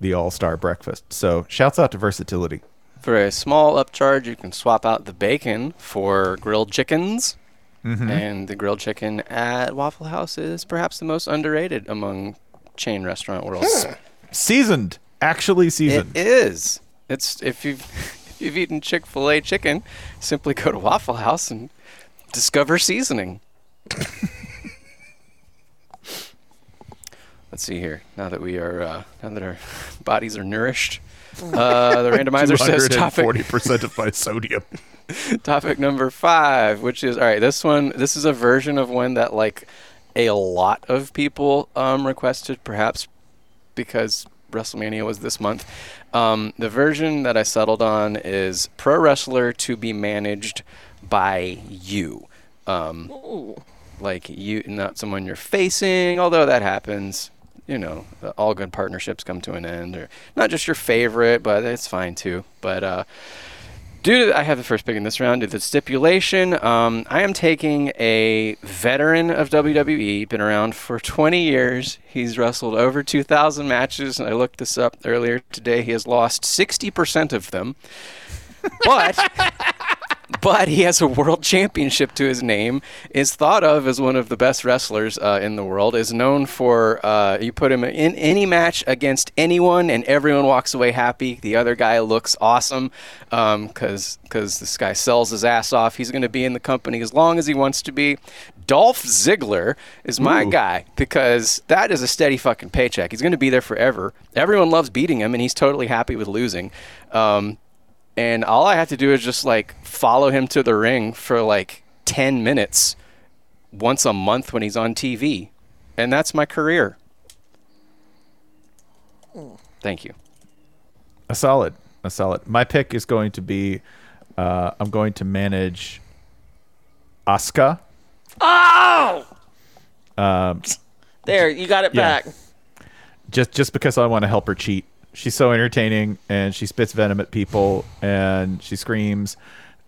S1: the All Star breakfast. So shouts out to versatility.
S2: For a small upcharge, you can swap out the bacon for grilled chickens, and the grilled chicken at Waffle House is perhaps the most underrated among chain restaurant worlds.
S1: Seasoned, actually
S2: It
S1: seasoned.
S2: is. It's if you've <laughs> if you've eaten Chick Fil A chicken, simply go to Waffle House and discover seasoning. <laughs> Let's see here. Now that we are uh, now that our <laughs> bodies are nourished, uh, the randomizer says topic
S1: percent of my sodium.
S2: <laughs> topic number five, which is all right. This one, this is a version of one that like a lot of people um, requested, perhaps because WrestleMania was this month. Um, the version that I settled on is pro wrestler to be managed by you. Um, like you, not someone you're facing, although that happens. You know, uh, all good partnerships come to an end, or not just your favorite, but it's fine too. But uh, due to I have the first pick in this round, due to the stipulation, um, I am taking a veteran of WWE, been around for 20 years. He's wrestled over 2,000 matches, and I looked this up earlier today. He has lost 60% of them, but but he has a world championship to his name. Is thought of as one of the best wrestlers uh, in the world. Is known for uh, you put him in any match against anyone, and everyone walks away happy. The other guy looks awesome because because this guy sells his ass off. He's going to be in the company as long as he wants to be. Dolph Ziggler is my guy because that is a steady fucking paycheck. He's going to be there forever. Everyone loves beating him, and he's totally happy with losing. Um, and all I have to do is just like follow him to the ring for like 10 minutes once a month when he's on TV. And that's my career. Thank you.
S1: A solid. A solid. My pick is going to be uh, I'm going to manage Asuka.
S4: Oh!
S1: Um,
S4: There, you got it
S1: Yeah.
S4: back.
S1: just just because I want to help her cheat. She's so entertaining, and she spits venom at people, and she screams,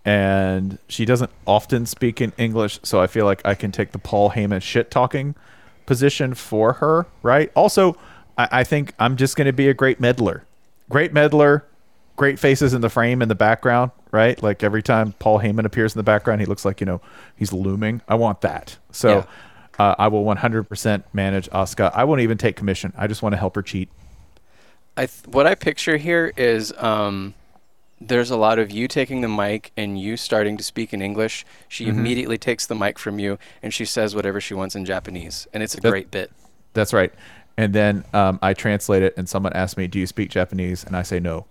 S1: and she doesn't often speak in English, so I feel like I can take the Paul Heyman shit talking position for her. Right. Also, I, I think I'm just going to be a great meddler, great meddler, great faces in the frame in the background. Right. Like every time Paul Heyman appears in the background, he looks like you know he's looming. I want that. So.
S2: Yeah.
S1: Uh, I will 100% manage Asuka. I won't even take commission. I just want to help her cheat.
S2: I th- what I picture here is um, there's a lot of you taking the mic and you starting to speak in English. She immediately takes the mic from you and she says whatever she wants in Japanese. And it's a great bit.
S1: That's right. And then um, I translate it, and someone asks me, "Do you speak Japanese?" And I say no.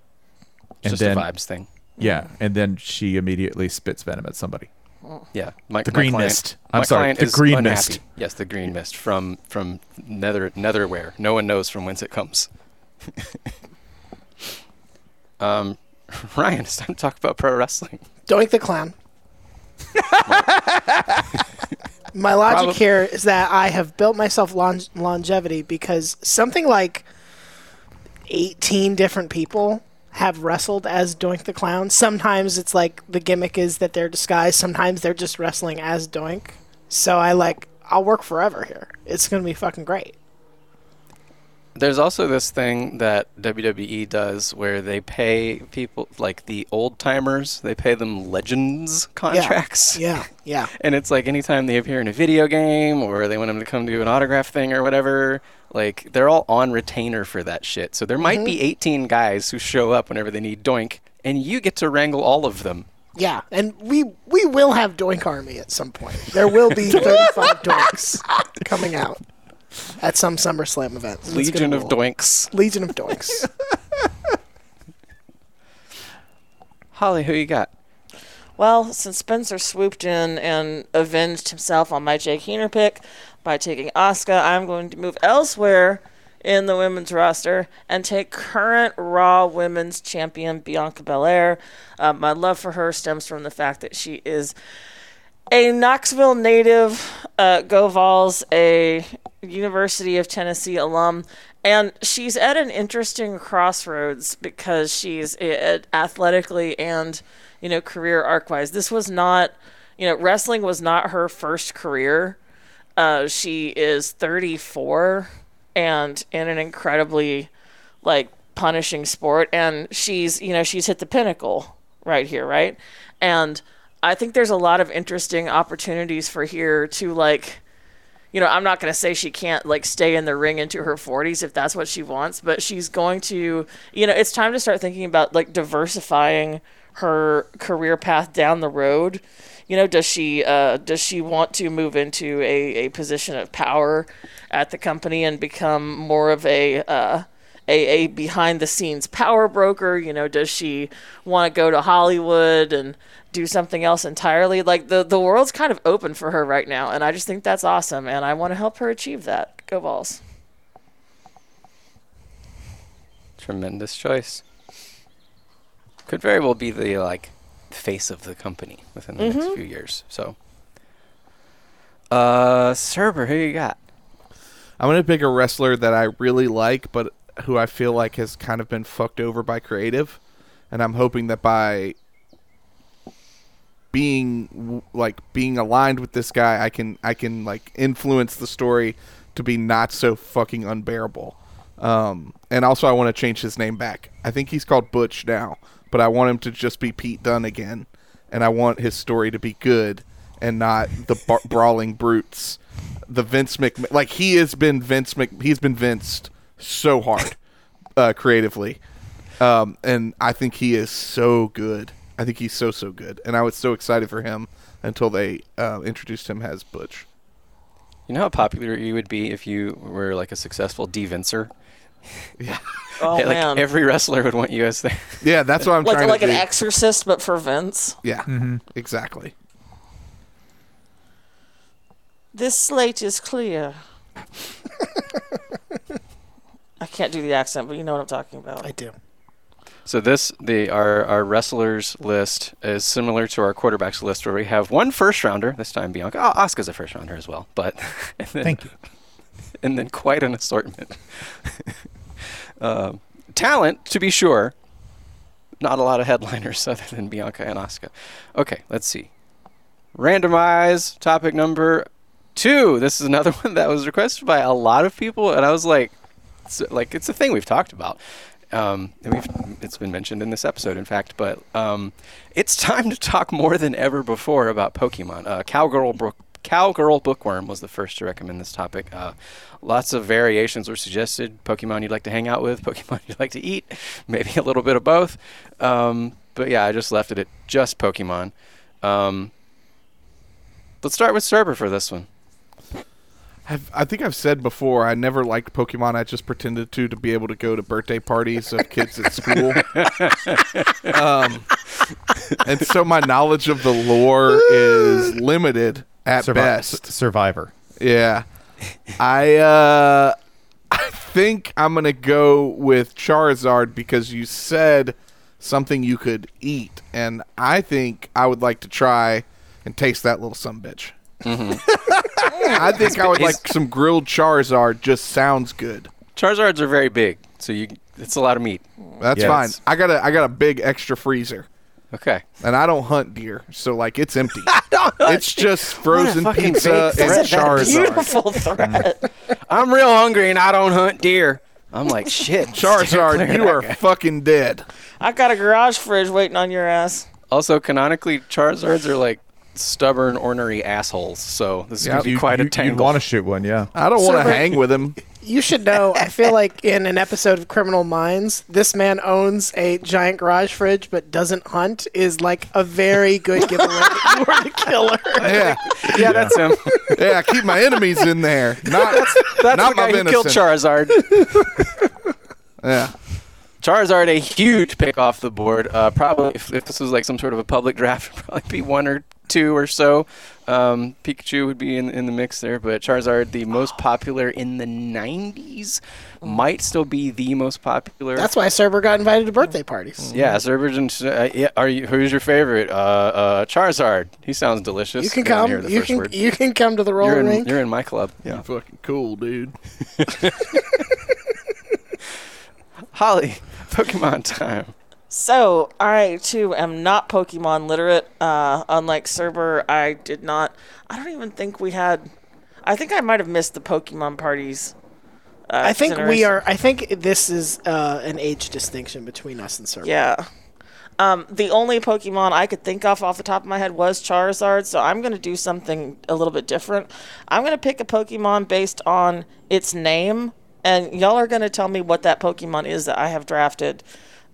S2: It's
S1: And
S2: just
S1: then
S2: a vibes thing.
S1: yeah, and then she immediately spits venom at somebody.
S2: Yeah, my,
S1: The
S2: my
S1: green
S2: client-
S1: mist. I'm
S2: my
S1: sorry,
S2: client
S1: the
S2: is
S1: green
S2: unhappy.
S1: mist.
S2: Yes, the green mist from from nether netherware. No one knows from whence it comes. <laughs> um, <laughs> Ryan, it's time to talk about pro wrestling.
S3: Doink the <laughs> clown. My logic
S2: Problem-
S3: here is that I have built myself longe- longevity because something like 18 different people have wrestled as Doink the Clown. Sometimes it's like the gimmick is that they're disguised, sometimes they're just wrestling as Doink. So I like, I'll work forever here. It's going to be fucking great.
S2: There's also this thing that WWE does where they pay people like the old timers. They pay them legends
S3: Yeah.
S2: contracts.
S3: Yeah. Yeah.
S2: And it's like anytime they appear in a video game or they want them to come do an autograph thing or whatever, like they're all on retainer for that shit. So there might be 18 guys who show up whenever they need Doink, and you get to wrangle all of them.
S3: Yeah, and we we will have Doink Army at some point. There will <laughs> be 35 Doinks coming out at some SummerSlam event. It's gonna
S2: Legion of
S3: rule.
S2: Doinks.
S3: Legion of Doinks.
S2: Holly, who you got?
S4: Well, since Spencer swooped in and avenged himself on my Jake Heener pick by taking Asuka, I'm going to move elsewhere in the women's roster and take current Raw Women's Champion Bianca Belair. Uh, my love for her stems from the fact that she is a Knoxville native, uh, Go Vols, a University of Tennessee alum, and she's at an interesting crossroads because she's a- a- athletically and you know career arc wise. This was not, you know, wrestling was not her first career. Uh, she is 34 and in an incredibly like punishing sport and she's you know she's hit the pinnacle right here right and i think there's a lot of interesting opportunities for here to like you know i'm not going to say she can't like stay in the ring into her 40s if that's what she wants but she's going to you know it's time to start thinking about like diversifying her career path down the road you know does she uh, does she want to move into a, a position of power at the company and become more of a uh, a, a behind the scenes power broker you know does she want to go to hollywood and do something else entirely like the the world's kind of open for her right now and i just think that's awesome and i want to help her achieve that go balls
S2: Tremendous choice. Could very well be the like face of the company within the next few years. So, uh, Cerber, who you got?
S5: I'm gonna pick a wrestler that I really like, but who I feel like has kind of been fucked over by creative, and I'm hoping that by being w- like being aligned with this guy, I can I can like influence the story to be not so fucking unbearable. Um, and also, I want to change his name back. I think he's called Butch now, but I want him to just be Pete Dunn again, and I want his story to be good and not the bar- <laughs> brawling brutes. The Vince Mc like he has been Vince Mc he's been Vinced so hard uh, creatively, um, and I think he is so good. I think he's so so good, and I was so excited for him until they uh, introduced him as Butch.
S2: You know how popular you would be if you were like a successful devincer?
S4: Oh
S2: Hey, <laughs> like
S4: man,
S2: every wrestler would want you as their
S5: Yeah, that's what
S4: <laughs>
S5: I'm
S4: like
S5: trying
S4: like
S5: to
S4: an
S5: do.
S4: exorcist, but for Vince.
S5: yeah, exactly.
S4: This slate is clear. <laughs> I can't do the accent, but you know what I'm talking about.
S3: I do.
S2: So this the our our wrestlers list is similar to our quarterbacks list where we have one first rounder this time Bianca. Oh, Asuka's a first rounder as well, but <laughs> and then,
S6: Thank you.
S2: and then quite an assortment. <laughs> um, talent to be sure. Not a lot of headliners <laughs> other than Bianca and Asuka. Okay, let's see. Randomize topic number two. This is another <laughs> one that was requested by a lot of people, and I was like, it's, like it's a thing we've talked about. Um, and we've, it's been mentioned in this episode, in fact. But um, it's time to talk more than ever before about Pokemon. Uh, Cowgirl Brook. Cowgirl Bookworm was the first to recommend this topic. Uh, lots of variations were suggested. Pokemon you'd like to hang out with, <laughs> Pokemon you'd like to eat, maybe a little bit of both. Um, but yeah, I just left it at just Pokemon. Um, let's start with Cerber for this one.
S5: I've, I think I've said before I never liked Pokemon. I just pretended to to be able to go to birthday parties of kids
S4: <laughs>
S5: at school. um, and so my knowledge of the lore
S4: <laughs>
S5: is limited at
S6: Survi-
S5: best.
S6: S- Survivor.
S5: Yeah. I uh <laughs> I think I'm going to go with Charizard because you said something you could eat and I think I would like to try and taste that little some bitch. <laughs> I think I would like some grilled Charizard just sounds good.
S2: Charizards are very big, so you it's a lot of meat.
S5: That's
S1: Yes.
S5: fine. I got a I got a big extra freezer
S2: Okay.
S5: and I don't hunt deer, so like
S2: <laughs>
S5: it's empty. it's just frozen
S2: fucking
S5: pizza
S2: big
S5: and
S2: threat. <laughs>
S5: Charizard.
S4: Beautiful threat.
S2: I'm real hungry and I don't hunt deer. I'm like, shit.
S5: Charizard, you
S2: <laughs>
S5: are fucking dead.
S4: I got a garage fridge waiting on your ass.
S2: Also, canonically, Charizards are like stubborn, ornery assholes. So this is
S5: Yeah,
S2: gonna be
S5: you-
S2: quite
S1: you,
S2: a tangle.
S1: want to shoot one, yeah.
S5: I don't want to
S3: Server-
S5: hang with
S2: <laughs>
S5: him.
S3: You should know. I feel like in an episode of Criminal Minds, this man owns a giant garage fridge but doesn't hunt is like a very good giveaway. that you are the <laughs> killer.
S5: Yeah,
S2: yeah, that's
S5: <laughs>
S2: him.
S5: yeah. Keep my enemies in there. Not
S2: That's the
S5: Not
S2: guy
S5: my
S2: who killed Charizard.
S5: <laughs> yeah.
S2: Charizard, a huge pick off the board. Uh, probably if, if this was like some sort of a public <laughs> draft, it'd probably be one or two or so. Um, Pikachu would be in, in the mix there, but Charizard, the most popular in the 90s, might still be the most popular.
S3: That's why Cerber got invited to birthday parties.
S2: yeah, Cerberus and uh, yeah, are you? Who's your favorite? Uh, uh, Charizard. He sounds delicious.
S3: You can
S2: I don't
S3: come.
S2: hear the
S3: You
S2: first
S3: can
S2: word.
S3: you can come to the
S2: You're
S3: roller
S2: in,
S3: rink.
S2: you're in my club. Yeah.
S5: Fucking cool, dude.
S2: Holly, <laughs> Pokemon time.
S4: So I too am not Pokemon literate. Uh, unlike Cerber, I did not. I don't even think we had. I think I might have missed the Pokemon parties. Uh,
S3: I think we
S4: generation.
S3: are. I think this is uh, an age distinction between us and Cerber.
S4: Yeah. Um, the only Pokemon I could think of off the top of my head was Charizard, so I'm going to do something a little bit different. I'm going to pick a Pokemon based on its name, and y'all are going to tell me what that Pokemon is that I have drafted.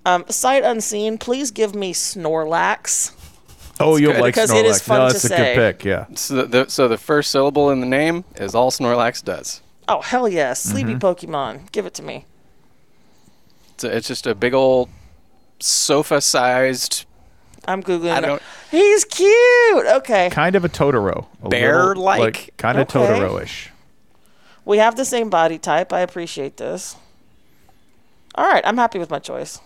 S4: Um, sight unseen, please give me Snorlax.
S1: Oh, you'll
S2: good.
S1: like
S4: Because
S1: Snorlax.
S4: it is fun
S1: no,
S4: to
S1: that's a
S4: say.
S1: good pick. Yeah.
S2: So the, so the first syllable in the name is all Snorlax does.
S4: Oh, hell yeah. Sleepy
S2: Mm-hmm.
S4: Pokemon. Give it to me.
S2: It's, a, it's just a big old sofa-sized
S4: I'm Googling.
S2: I
S4: it.
S2: don't-
S4: He's cute. Okay.
S1: Kind of a Totoro. A
S2: Bear-like?
S1: little, kind of
S4: Okay.
S1: Totoro-ish.
S4: We have the same body type. I appreciate this. All right. I'm happy with my choice.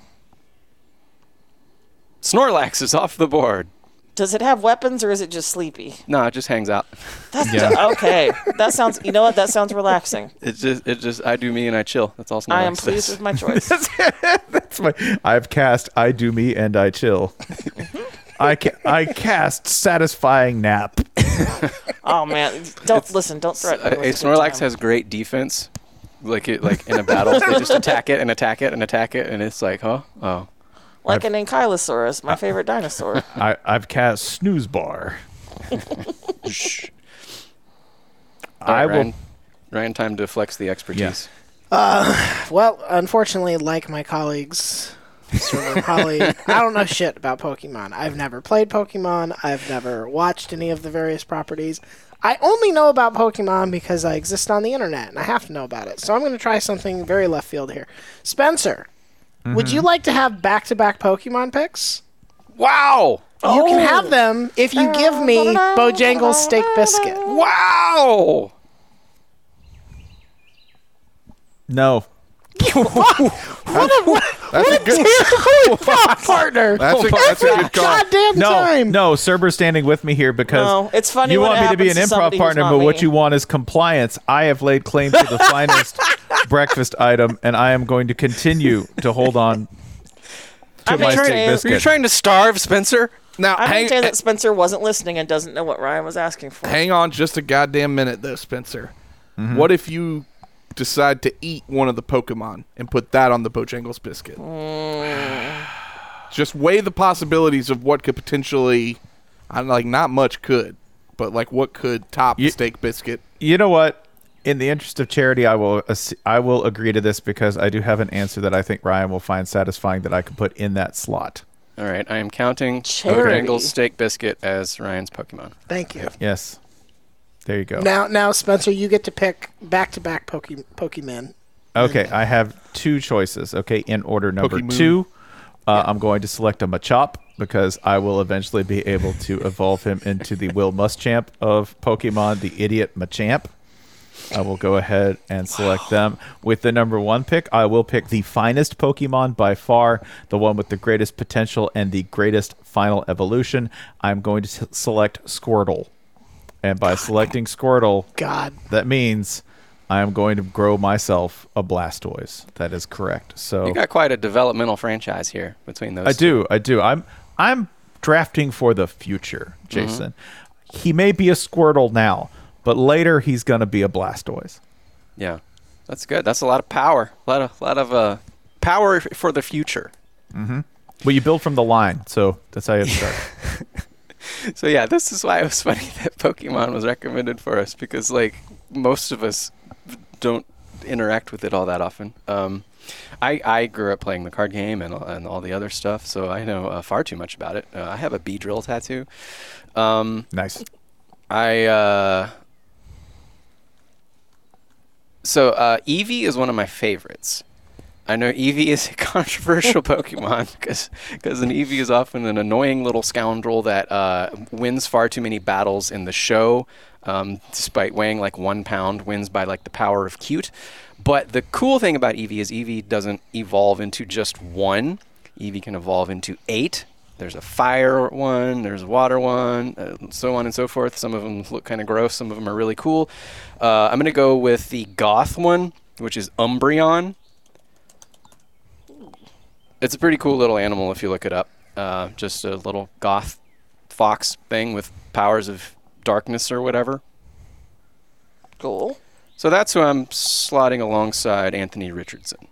S2: Snorlax is off the board.
S4: Does it have weapons or is it just sleepy?
S2: No, it just hangs out. <laughs>
S4: That's
S1: Yeah.
S4: ju- <laughs> okay. That sounds. You know what? That sounds relaxing.
S2: It just it just I do me and I chill. That's all Snorlax
S4: I am
S2: does.
S4: pleased with my
S2: <laughs>
S4: choice.
S1: <laughs> That's my. I've cast. I do me and I chill. I ca- I cast satisfying nap.
S4: Oh man! Don't listen. Don't threaten. me
S2: a,
S4: with
S2: a
S4: a good
S2: uh, Snorlax
S4: time.
S2: has great defense.
S3: <laughs>
S2: Like it, like in a battle, they just attack it and attack it and attack it, and it's like, huh? Oh,
S4: like an ankylosaurus, my favorite
S2: <laughs>
S4: dinosaur.
S1: I, I've cast snooze bar. I
S2: All right,
S1: will.
S2: Ryan, Ryan, time to flex the expertise.
S3: Well, unfortunately, like my colleagues, Server probably I don't know shit about Pokemon. I've never played Pokemon. I've never watched any of the various properties. I only know about Pokemon because I exist on the internet and I have to know about it. So I'm going to try something very left field here. Spencer, would you like to have back-to-back Pokemon picks?
S2: Wow!
S3: You can have them if you give me Bojangles steak biscuit.
S2: Wow!
S1: No.
S5: That's a good.
S2: <laughs>
S3: partner.
S5: That's a, that's a good call.
S3: Goddamn
S1: No.
S3: time.
S1: No. Cerber's standing with me here because.
S4: No, it's funny
S1: You
S4: when
S1: want
S4: it
S1: me to be an
S4: happens to
S1: improv
S4: somebody who's
S1: partner,
S4: not
S1: but what
S4: me.
S1: you want is compliance. I have laid claim to the
S4: <laughs>
S1: finest breakfast item, and I am going to continue to hold on to
S4: I've been
S1: my steak
S4: trying-
S2: Are you
S1: biscuit.
S2: trying to starve Spencer?
S5: Now,
S4: I
S5: hang,
S4: understand that Spencer wasn't listening and doesn't know what Ryan was asking for.
S5: hang on just a goddamn minute, though, Spencer. What if you decide to eat one of the Pokemon and put that on the
S2: <sighs>
S5: Bojangles biscuit? just weigh the possibilities of what could potentially, I don't like not much could, but like what could top the
S1: Ye-
S5: steak biscuit?
S1: you know what? In the interest of charity, I will ass- I will agree to this because I do have an answer that I think Ryan will find satisfying that I can put in that slot.
S2: All right, I am counting
S4: Charity.
S2: Bojangles Steak Biscuit as Ryan's Pokemon.
S3: Thank you.
S1: Yes. There you go.
S3: Now, now, Spencer, you get to pick back-to-back Poke- Pokemon.
S1: Okay, I have two choices. Okay, in order number
S5: Pokemon.
S1: two, uh, I'm going to select a Machop because I will eventually be able to evolve him into the Will Muschamp of Pokemon, the idiot Machamp. I will go ahead and select them. With the number one pick, I will pick the finest Pokemon by far, the one with the greatest potential and the greatest final evolution. I'm going to s- select Squirtle. And by selecting Squirtle,
S3: God.
S1: that means I am going to grow myself a Blastoise. That is correct. So
S2: You got quite a developmental franchise here between those.
S1: Oh. I
S2: two.
S1: do, I do. I'm I'm drafting for the future,
S2: Mm-hmm.
S1: Jason. He may be a Squirtle now, but later he's going to be a Blastoise.
S2: Yeah, that's good. That's a lot of power. A lot of lot of uh, power f- for the future.
S1: Well, you build from the line, so that's how you
S2: <laughs>
S1: start.
S2: So yeah, this is why it was <laughs> funny that Pokemon was recommended for us because like most of us don't interact with it all that often. Um, I I grew up playing the card game and and all the other stuff, so I know uh, far too much about it. Uh, I have a B drill tattoo. Um,
S1: nice.
S2: I uh So uh Eevee is one of my favorites. I know Eevee is a <laughs> controversial Pokemon because an Eevee is often an annoying little scoundrel that uh, wins far too many battles in the show, um, despite weighing like one pound, wins by like the power of cute. But the cool thing about Eevee is Eevee doesn't evolve into just one. Eevee can evolve into eight. There's a fire one, there's a water one, uh, so on and so forth. Some of them look kind of gross, some of them are really cool. Uh, I'm going to go with the goth one, which is Umbreon. It's a pretty cool little animal if you look it up. Uh, just a little goth fox thing with powers of darkness or whatever.
S4: Cool.
S2: So that's who I'm slotting alongside Anthony Richardson.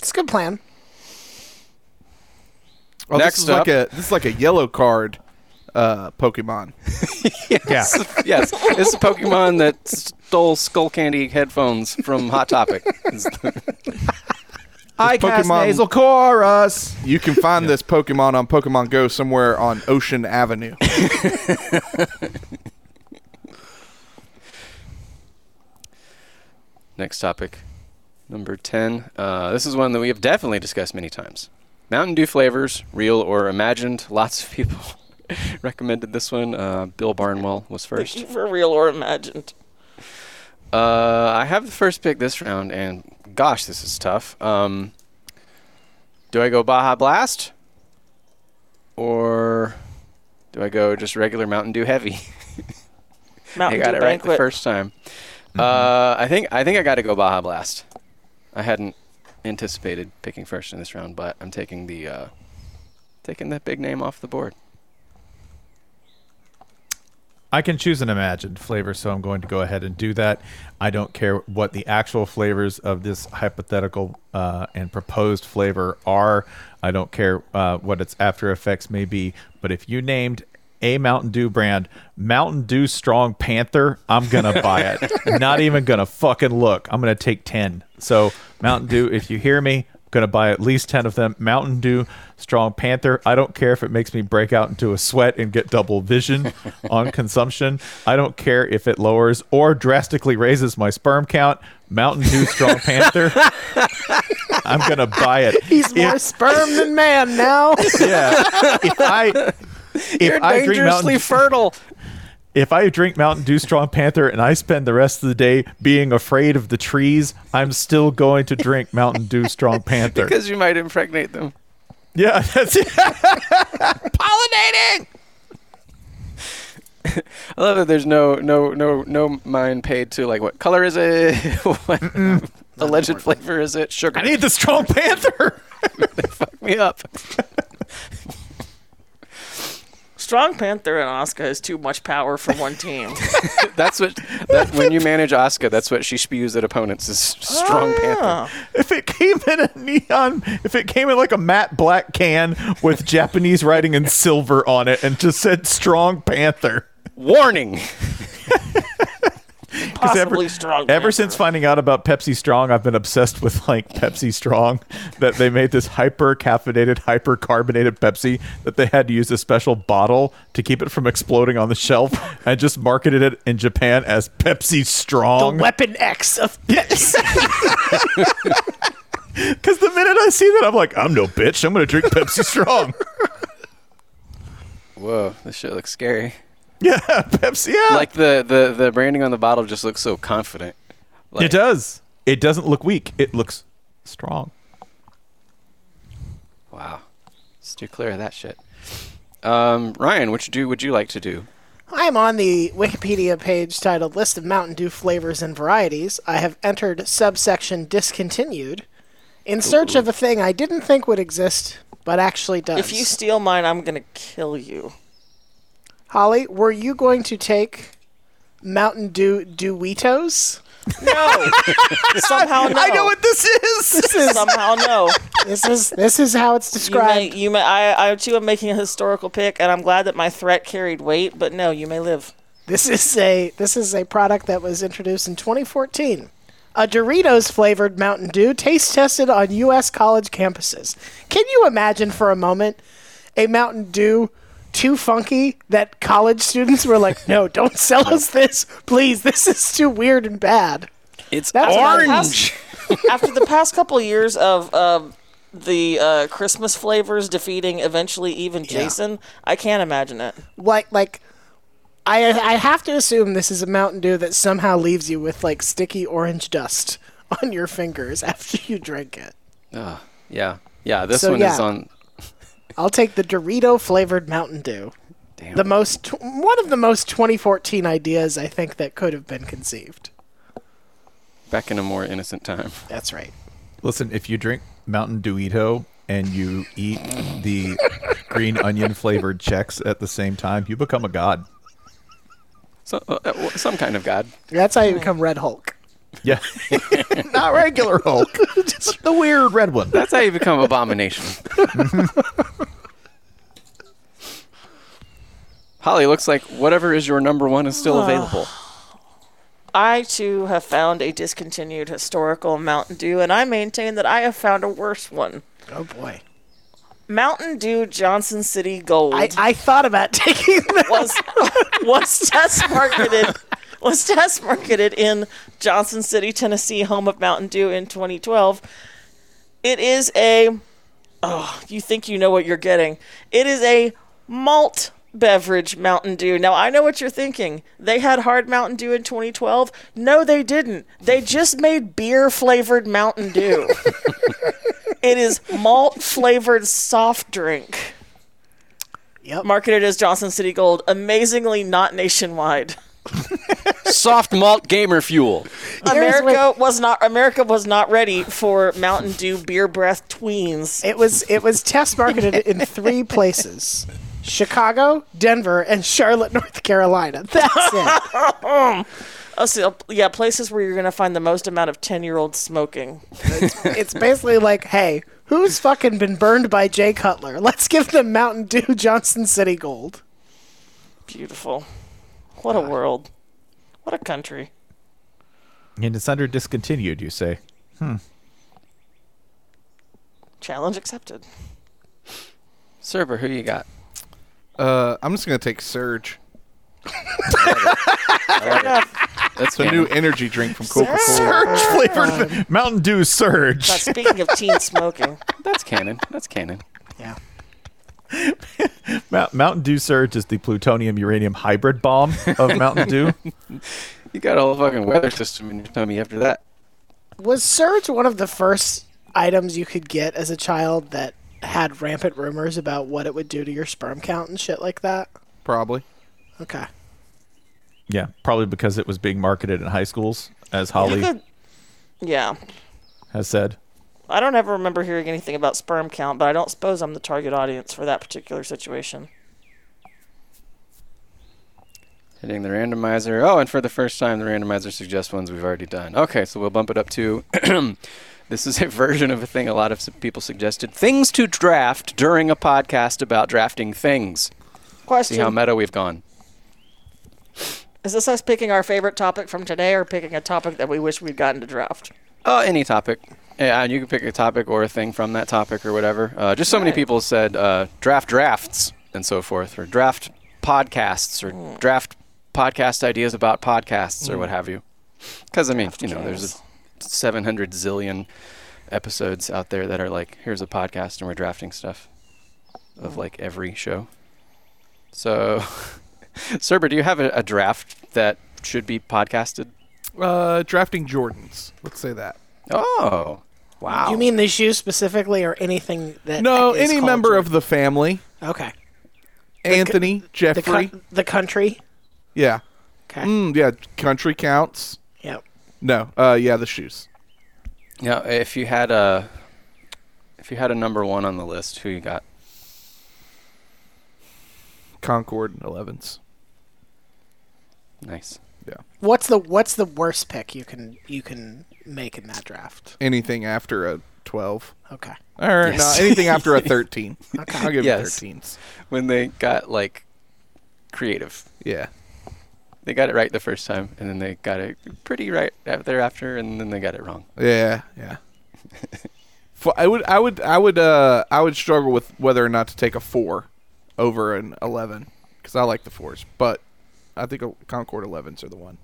S3: It's a good plan.
S5: Oh,
S2: Next
S5: this is
S2: up-
S5: like a this is like a yellow card uh, Pokemon.
S1: Yeah.
S2: <laughs> yes, it's the Pokemon that stole Skull Candy headphones from Hot Topic.
S5: <laughs>
S1: I
S5: cast Pokemon- nasal
S1: chorus.
S5: You can find this Pokemon on Pokemon Go somewhere on Ocean Avenue.
S2: Next topic, number 10. Uh, this is one that we have definitely discussed many times. Mountain Dew flavors, real or imagined. Lots of people <laughs> recommended this one. Uh, Bill Barnwell was first.
S4: <laughs> For real or imagined.
S2: Uh, I have the first pick this round, and gosh, this is tough. Um, do I go Baja Blast? Or do I go just regular Mountain Dew Heavy? <laughs> I
S4: Mountain
S2: got
S4: Dew
S2: it right
S4: Banquet.
S2: the first time. Uh, I think I think I got to go Baja Blast. I hadn't anticipated picking first in this round, but I'm taking the uh, <laughs> taking that big name off the board.
S1: I can choose an imagined flavor, so I'm going to go ahead and do that. I don't care what the actual flavors of this hypothetical uh, and proposed flavor are. I don't care uh, what its after effects may be. But if you named a Mountain Dew brand, Mountain Dew Strong Panther, I'm gonna buy it. Not even gonna fucking look. I'm gonna take ten. So Mountain Dew, if you hear me, I'm gonna buy at least ten of them. Mountain Dew Strong Panther. I don't care if it makes me break out into a sweat and get double
S2: <laughs>
S1: vision on consumption. I don't care if it lowers or drastically raises my sperm count. Mountain Dew
S2: <laughs>
S1: Strong Panther. I'm gonna buy it.
S3: He's more
S1: If-
S3: sperm than man now.
S1: yeah. If I if
S2: You're
S1: I drink Mountain
S2: dangerously fertile.
S1: if I drink Mountain Dew Strong Panther and I spend the rest of the day being afraid of the trees, I'm still going to drink Mountain Dew Strong
S2: <laughs>
S1: Panther.
S2: Because you might impregnate them.
S1: yeah, <laughs> that's it.
S2: Pollinating. I love that there's no no no no mind paid to like what color is it, <laughs> what alleged flavor is it, sugar.
S1: I need the Strong Panther. <laughs>
S2: <laughs> fuck me up.
S4: Strong Panther and Oscar is too much power for one team.
S2: <laughs> That's what that, when you manage Asuka, that's what she spews at opponents is strong panther.
S4: Ah.
S1: If it came in a neon, if it came in like a matte black can with <laughs> Japanese writing in silver on it and just said Strong Panther.
S2: Warning.
S1: Because ever-
S4: Possibly strong.
S1: Ever
S4: panther.
S1: since finding out about Pepsi Strong, I've been obsessed with like Pepsi Strong. <laughs> That they made this hyper caffeinated, hyper carbonated Pepsi that they had to use a special bottle to keep it from exploding on the shelf, <laughs> and just marketed it in Japan as Pepsi
S3: the
S1: Strong.
S3: <laughs> weapon X of
S1: <laughs> Because the minute I see that, I'm like, I'm no bitch. I'm gonna drink Pepsi Strong. <laughs>
S2: Whoa, this shit looks scary.
S1: yeah, Pepsi. Yeah,
S2: Like the the the branding on the bottle just looks so confident. Like,
S1: it does. It doesn't look weak. It looks strong.
S2: Wow. Steer clear of that shit. Um, Ryan, which do would you like to do?
S3: I'm on the Wikipedia page titled List of Mountain Dew Flavors and Varieties. I have entered subsection Discontinued in search of a thing I didn't think would exist, but actually does.
S4: If you steal mine, I'm gonna kill you.
S3: Holly, were you going to take Mountain Dew Duitos?
S4: No. <laughs> Somehow no.
S1: I know what this is.
S4: Somehow no.
S3: This is this is how it's
S4: <laughs> You may,
S3: described.
S4: you may. I, I too am making a historical pick, and I'm glad that my threat carried weight. But no, you may live.
S3: This is a this is a product that was introduced in 2014. A Doritos flavored Mountain Dew taste tested on US college campuses. Can you imagine for a moment a Mountain Dew too funky that college students were like, "No, don't sell us this. Please, this is too weird and bad."
S2: It's
S3: That's about
S2: orange.
S4: After the past couple years of um the uh, Christmas flavors defeating eventually even Jason, I can't imagine it.
S3: Like like I I have to assume this is a Mountain Dew that somehow leaves you with like sticky orange dust on your fingers <laughs> after you drink it.
S2: Oh, yeah. Yeah, this
S3: So,
S2: one is
S3: yeah.
S2: on
S3: I'll take the Dorito flavored Mountain Dew.
S2: Damn.
S3: The most tw- one of the most 2014 ideas I think that could have been conceived.
S2: back in a more innocent time.
S3: That's right.
S1: <laughs> Listen, if you drink Mountain Dewito and you eat the green onion flavored checks at the same time, you become a god.
S2: So, uh, uh, well, some kind of god.
S3: That's how you become Red Hulk.
S1: Yeah. <laughs> Not regular Hulk. Just the weird red one.
S2: That's how you become abomination. <laughs> Holly looks like whatever is your number one is still available.
S4: I too have found a discontinued historical Mountain Dew, and I maintain that I have found a worse one.
S3: Oh boy.
S4: Mountain Dew Johnson City Gold
S3: I, I thought about <laughs> taking that.
S4: was was test marketed was test marketed in Johnson City, Tennessee, home of Mountain Dew in 2012. It is a oh, you think you know what you're getting. It is a malt beverage Mountain Dew. Now I know what you're thinking. They had hard Mountain Dew in 2012. No, they didn't. They just made beer flavored Mountain Dew. it is malt flavored soft drink
S3: Yep.
S4: marketed as Johnson City Gold, amazingly not nationwide.
S2: Soft malt gamer fuel.
S4: America was not America was not ready for Mountain Dew beer breath tweens.
S3: It was it was test marketed in three places. Chicago, Denver, and Charlotte, North Carolina. That's <laughs> it.
S4: Oh, so, yeah, places where you're gonna find the most amount of ten-year-olds smoking.
S3: It's basically like, hey, who's fucking been burned by Jay Cutler? Let's give them Mountain Dew Johnson City Gold.
S4: Beautiful. What a world. What a country.
S1: And it's under discontinued, you say.
S4: Challenge accepted.
S2: Server, who you got?
S5: Uh, I'm just gonna take Surge.
S2: That's
S5: It's a new energy drink from Coca-Cola.
S1: Surge
S2: Uh,
S1: flavored Mountain Dew Surge.
S4: But speaking of teen smoking,
S2: That's canon. That's canon.
S3: Yeah.
S1: Mount, Mountain Dew Surge is the plutonium uranium hybrid bomb
S4: <laughs>
S1: of Mountain Dew.
S2: You got a whole fucking weather system in your tummy after that.
S3: Was Surge one of the first items you could get as a child that had rampant rumors about what it would do to your sperm count and shit like that?
S5: Probably.
S3: Okay.
S1: Yeah, probably because it was being marketed in high schools, as Holly
S4: yeah.
S1: has said.
S4: I don't ever remember hearing anything about sperm count, but I don't suppose I'm the target audience for that particular situation.
S2: Hitting the randomizer. Oh, and for the first time, the randomizer suggests ones we've already done. Okay, so we'll bump it up to. <clears throat> this is a version of a thing a lot of s- people suggested: things to draft during a podcast about drafting things. See how
S4: Question:
S2: meta we've gone.
S4: Is this us picking our favorite topic from today, or picking a topic that we wish we'd gotten to draft?
S2: Uh, any topic. Yeah, and you can pick a topic or a thing from that topic or whatever. Uh, just so many people said uh, draft drafts and so forth, or draft podcasts, or draft podcast ideas about podcasts, or what have you. Because, I mean, you know, there's a 700 zillion episodes out there that are like, here's a podcast, and we're drafting stuff of like every show. So, <laughs> Cerber, do you have a, a draft that should be podcasted?
S5: Uh, drafting Jordans. Let's say that.
S2: Oh, wow.
S3: You mean the shoes specifically, or anything that?
S5: No,
S3: is
S5: any
S3: called
S5: member
S3: Jordan?
S5: of the family.
S3: Okay.
S5: Anthony,
S3: The
S5: Jeffrey.
S3: cou- the country.
S5: yeah.
S3: Okay.
S5: Mm, yeah. Country counts.
S3: Yep.
S5: No. Uh, yeah, the shoes.
S2: Now, if you had a if you had a number one on the list, who you got?
S5: Concord 11s.
S2: Nice.
S3: What's the What's the worst pick you can you can make in that draft?
S5: Anything after a 12.
S3: Okay.
S5: All right.
S2: Yes.
S5: No, anything after a 13. I'll give
S2: Yes.
S5: you 13s.
S2: When they got like creative,
S5: Yeah.
S2: they got it right the first time, and then they got it pretty right a- thereafter, and then they got it wrong.
S5: Yeah, <laughs> yeah. For, I would, I would, I would, uh, I would struggle with whether or not to take a four over an eleven because I like the fours, but I think a Concord elevens are the one.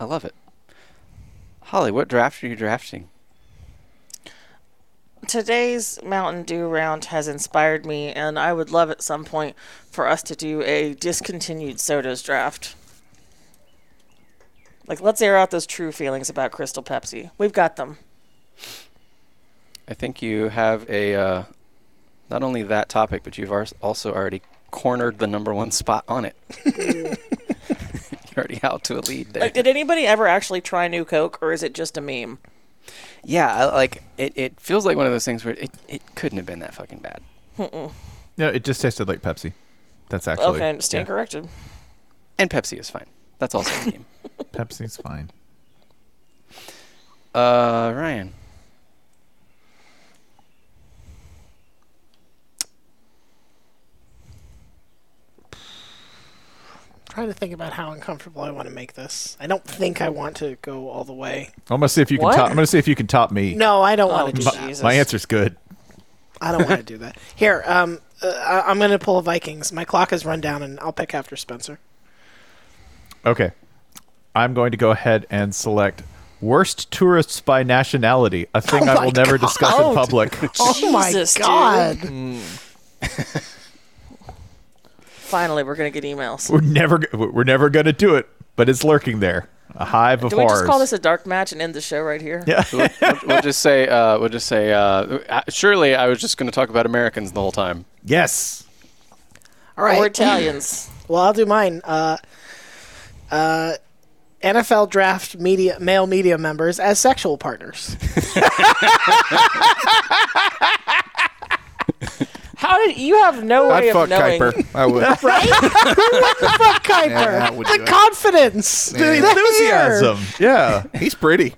S2: I love it. Holly, what draft are you drafting?
S4: Today's Mountain Dew round has inspired me, and I would love at some point for us to do a discontinued sodas draft. Like, let's air out those true feelings about Crystal Pepsi. We've got them.
S2: I think you have a uh, not only that topic, but you've ars- also already cornered the number one spot on it. <laughs> You're already out to a lead there.
S4: Like, did anybody ever actually try New Coke, or is it just a meme?
S2: Yeah, I, like it, it feels like one of those things where it, it couldn't have been that fucking bad.
S1: No, it just tasted like Pepsi. That's actually
S4: Okay, stand
S1: yeah,
S4: corrected.
S2: And Pepsi is fine. That's also a game.
S1: Pepsi's fine.
S2: Uh, Ryan.
S3: trying to think about how uncomfortable I want to make this. I don't think I want to go all the way.
S1: I'm gonna see if you
S4: What?
S1: can top. I'm gonna see if you can top me.
S3: No, I don't
S4: Oh,
S3: want to
S5: Um,
S3: do that.
S4: Jesus.
S1: My answer's good.
S3: I don't want to do that. Here, um, uh, I- I'm going to pull Vikings. My clock has run down, and I'll pick after Spencer.
S1: Okay. I'm going to go ahead and select worst tourists by nationality, a
S4: Oh
S1: thing I
S3: my
S1: will never discuss in
S3: God.
S1: public. <laughs>
S3: oh my
S4: Jesus, dude.
S3: god!
S4: Finally, we're gonna get emails.
S1: we're never g- we're never going to do it, but it's lurking there. A hive of
S4: Do we
S1: horrors.
S4: just call this a dark match and end the show right here? Yeah.
S2: We'll, we'll- we'll just say. Uh, we'll just say. Uh, uh, surely I was just going to talk about Americans the whole time.
S1: yes.
S3: All right.
S4: Or Italians.
S3: Well, I'll do mine. Uh, uh, NFL draft media male media members as sexual
S5: <laughs>
S3: partners.
S4: How How did you have no way
S5: I'd
S4: of
S5: fuck
S4: knowing?
S5: Kuiper.
S4: <laughs>
S5: I would.
S3: Fuck Kuiper.
S5: that would
S3: the
S5: do it.
S3: confidence.
S5: Yeah.
S3: The, the fear.
S1: Enthusiasm. Yeah.
S5: He's pretty.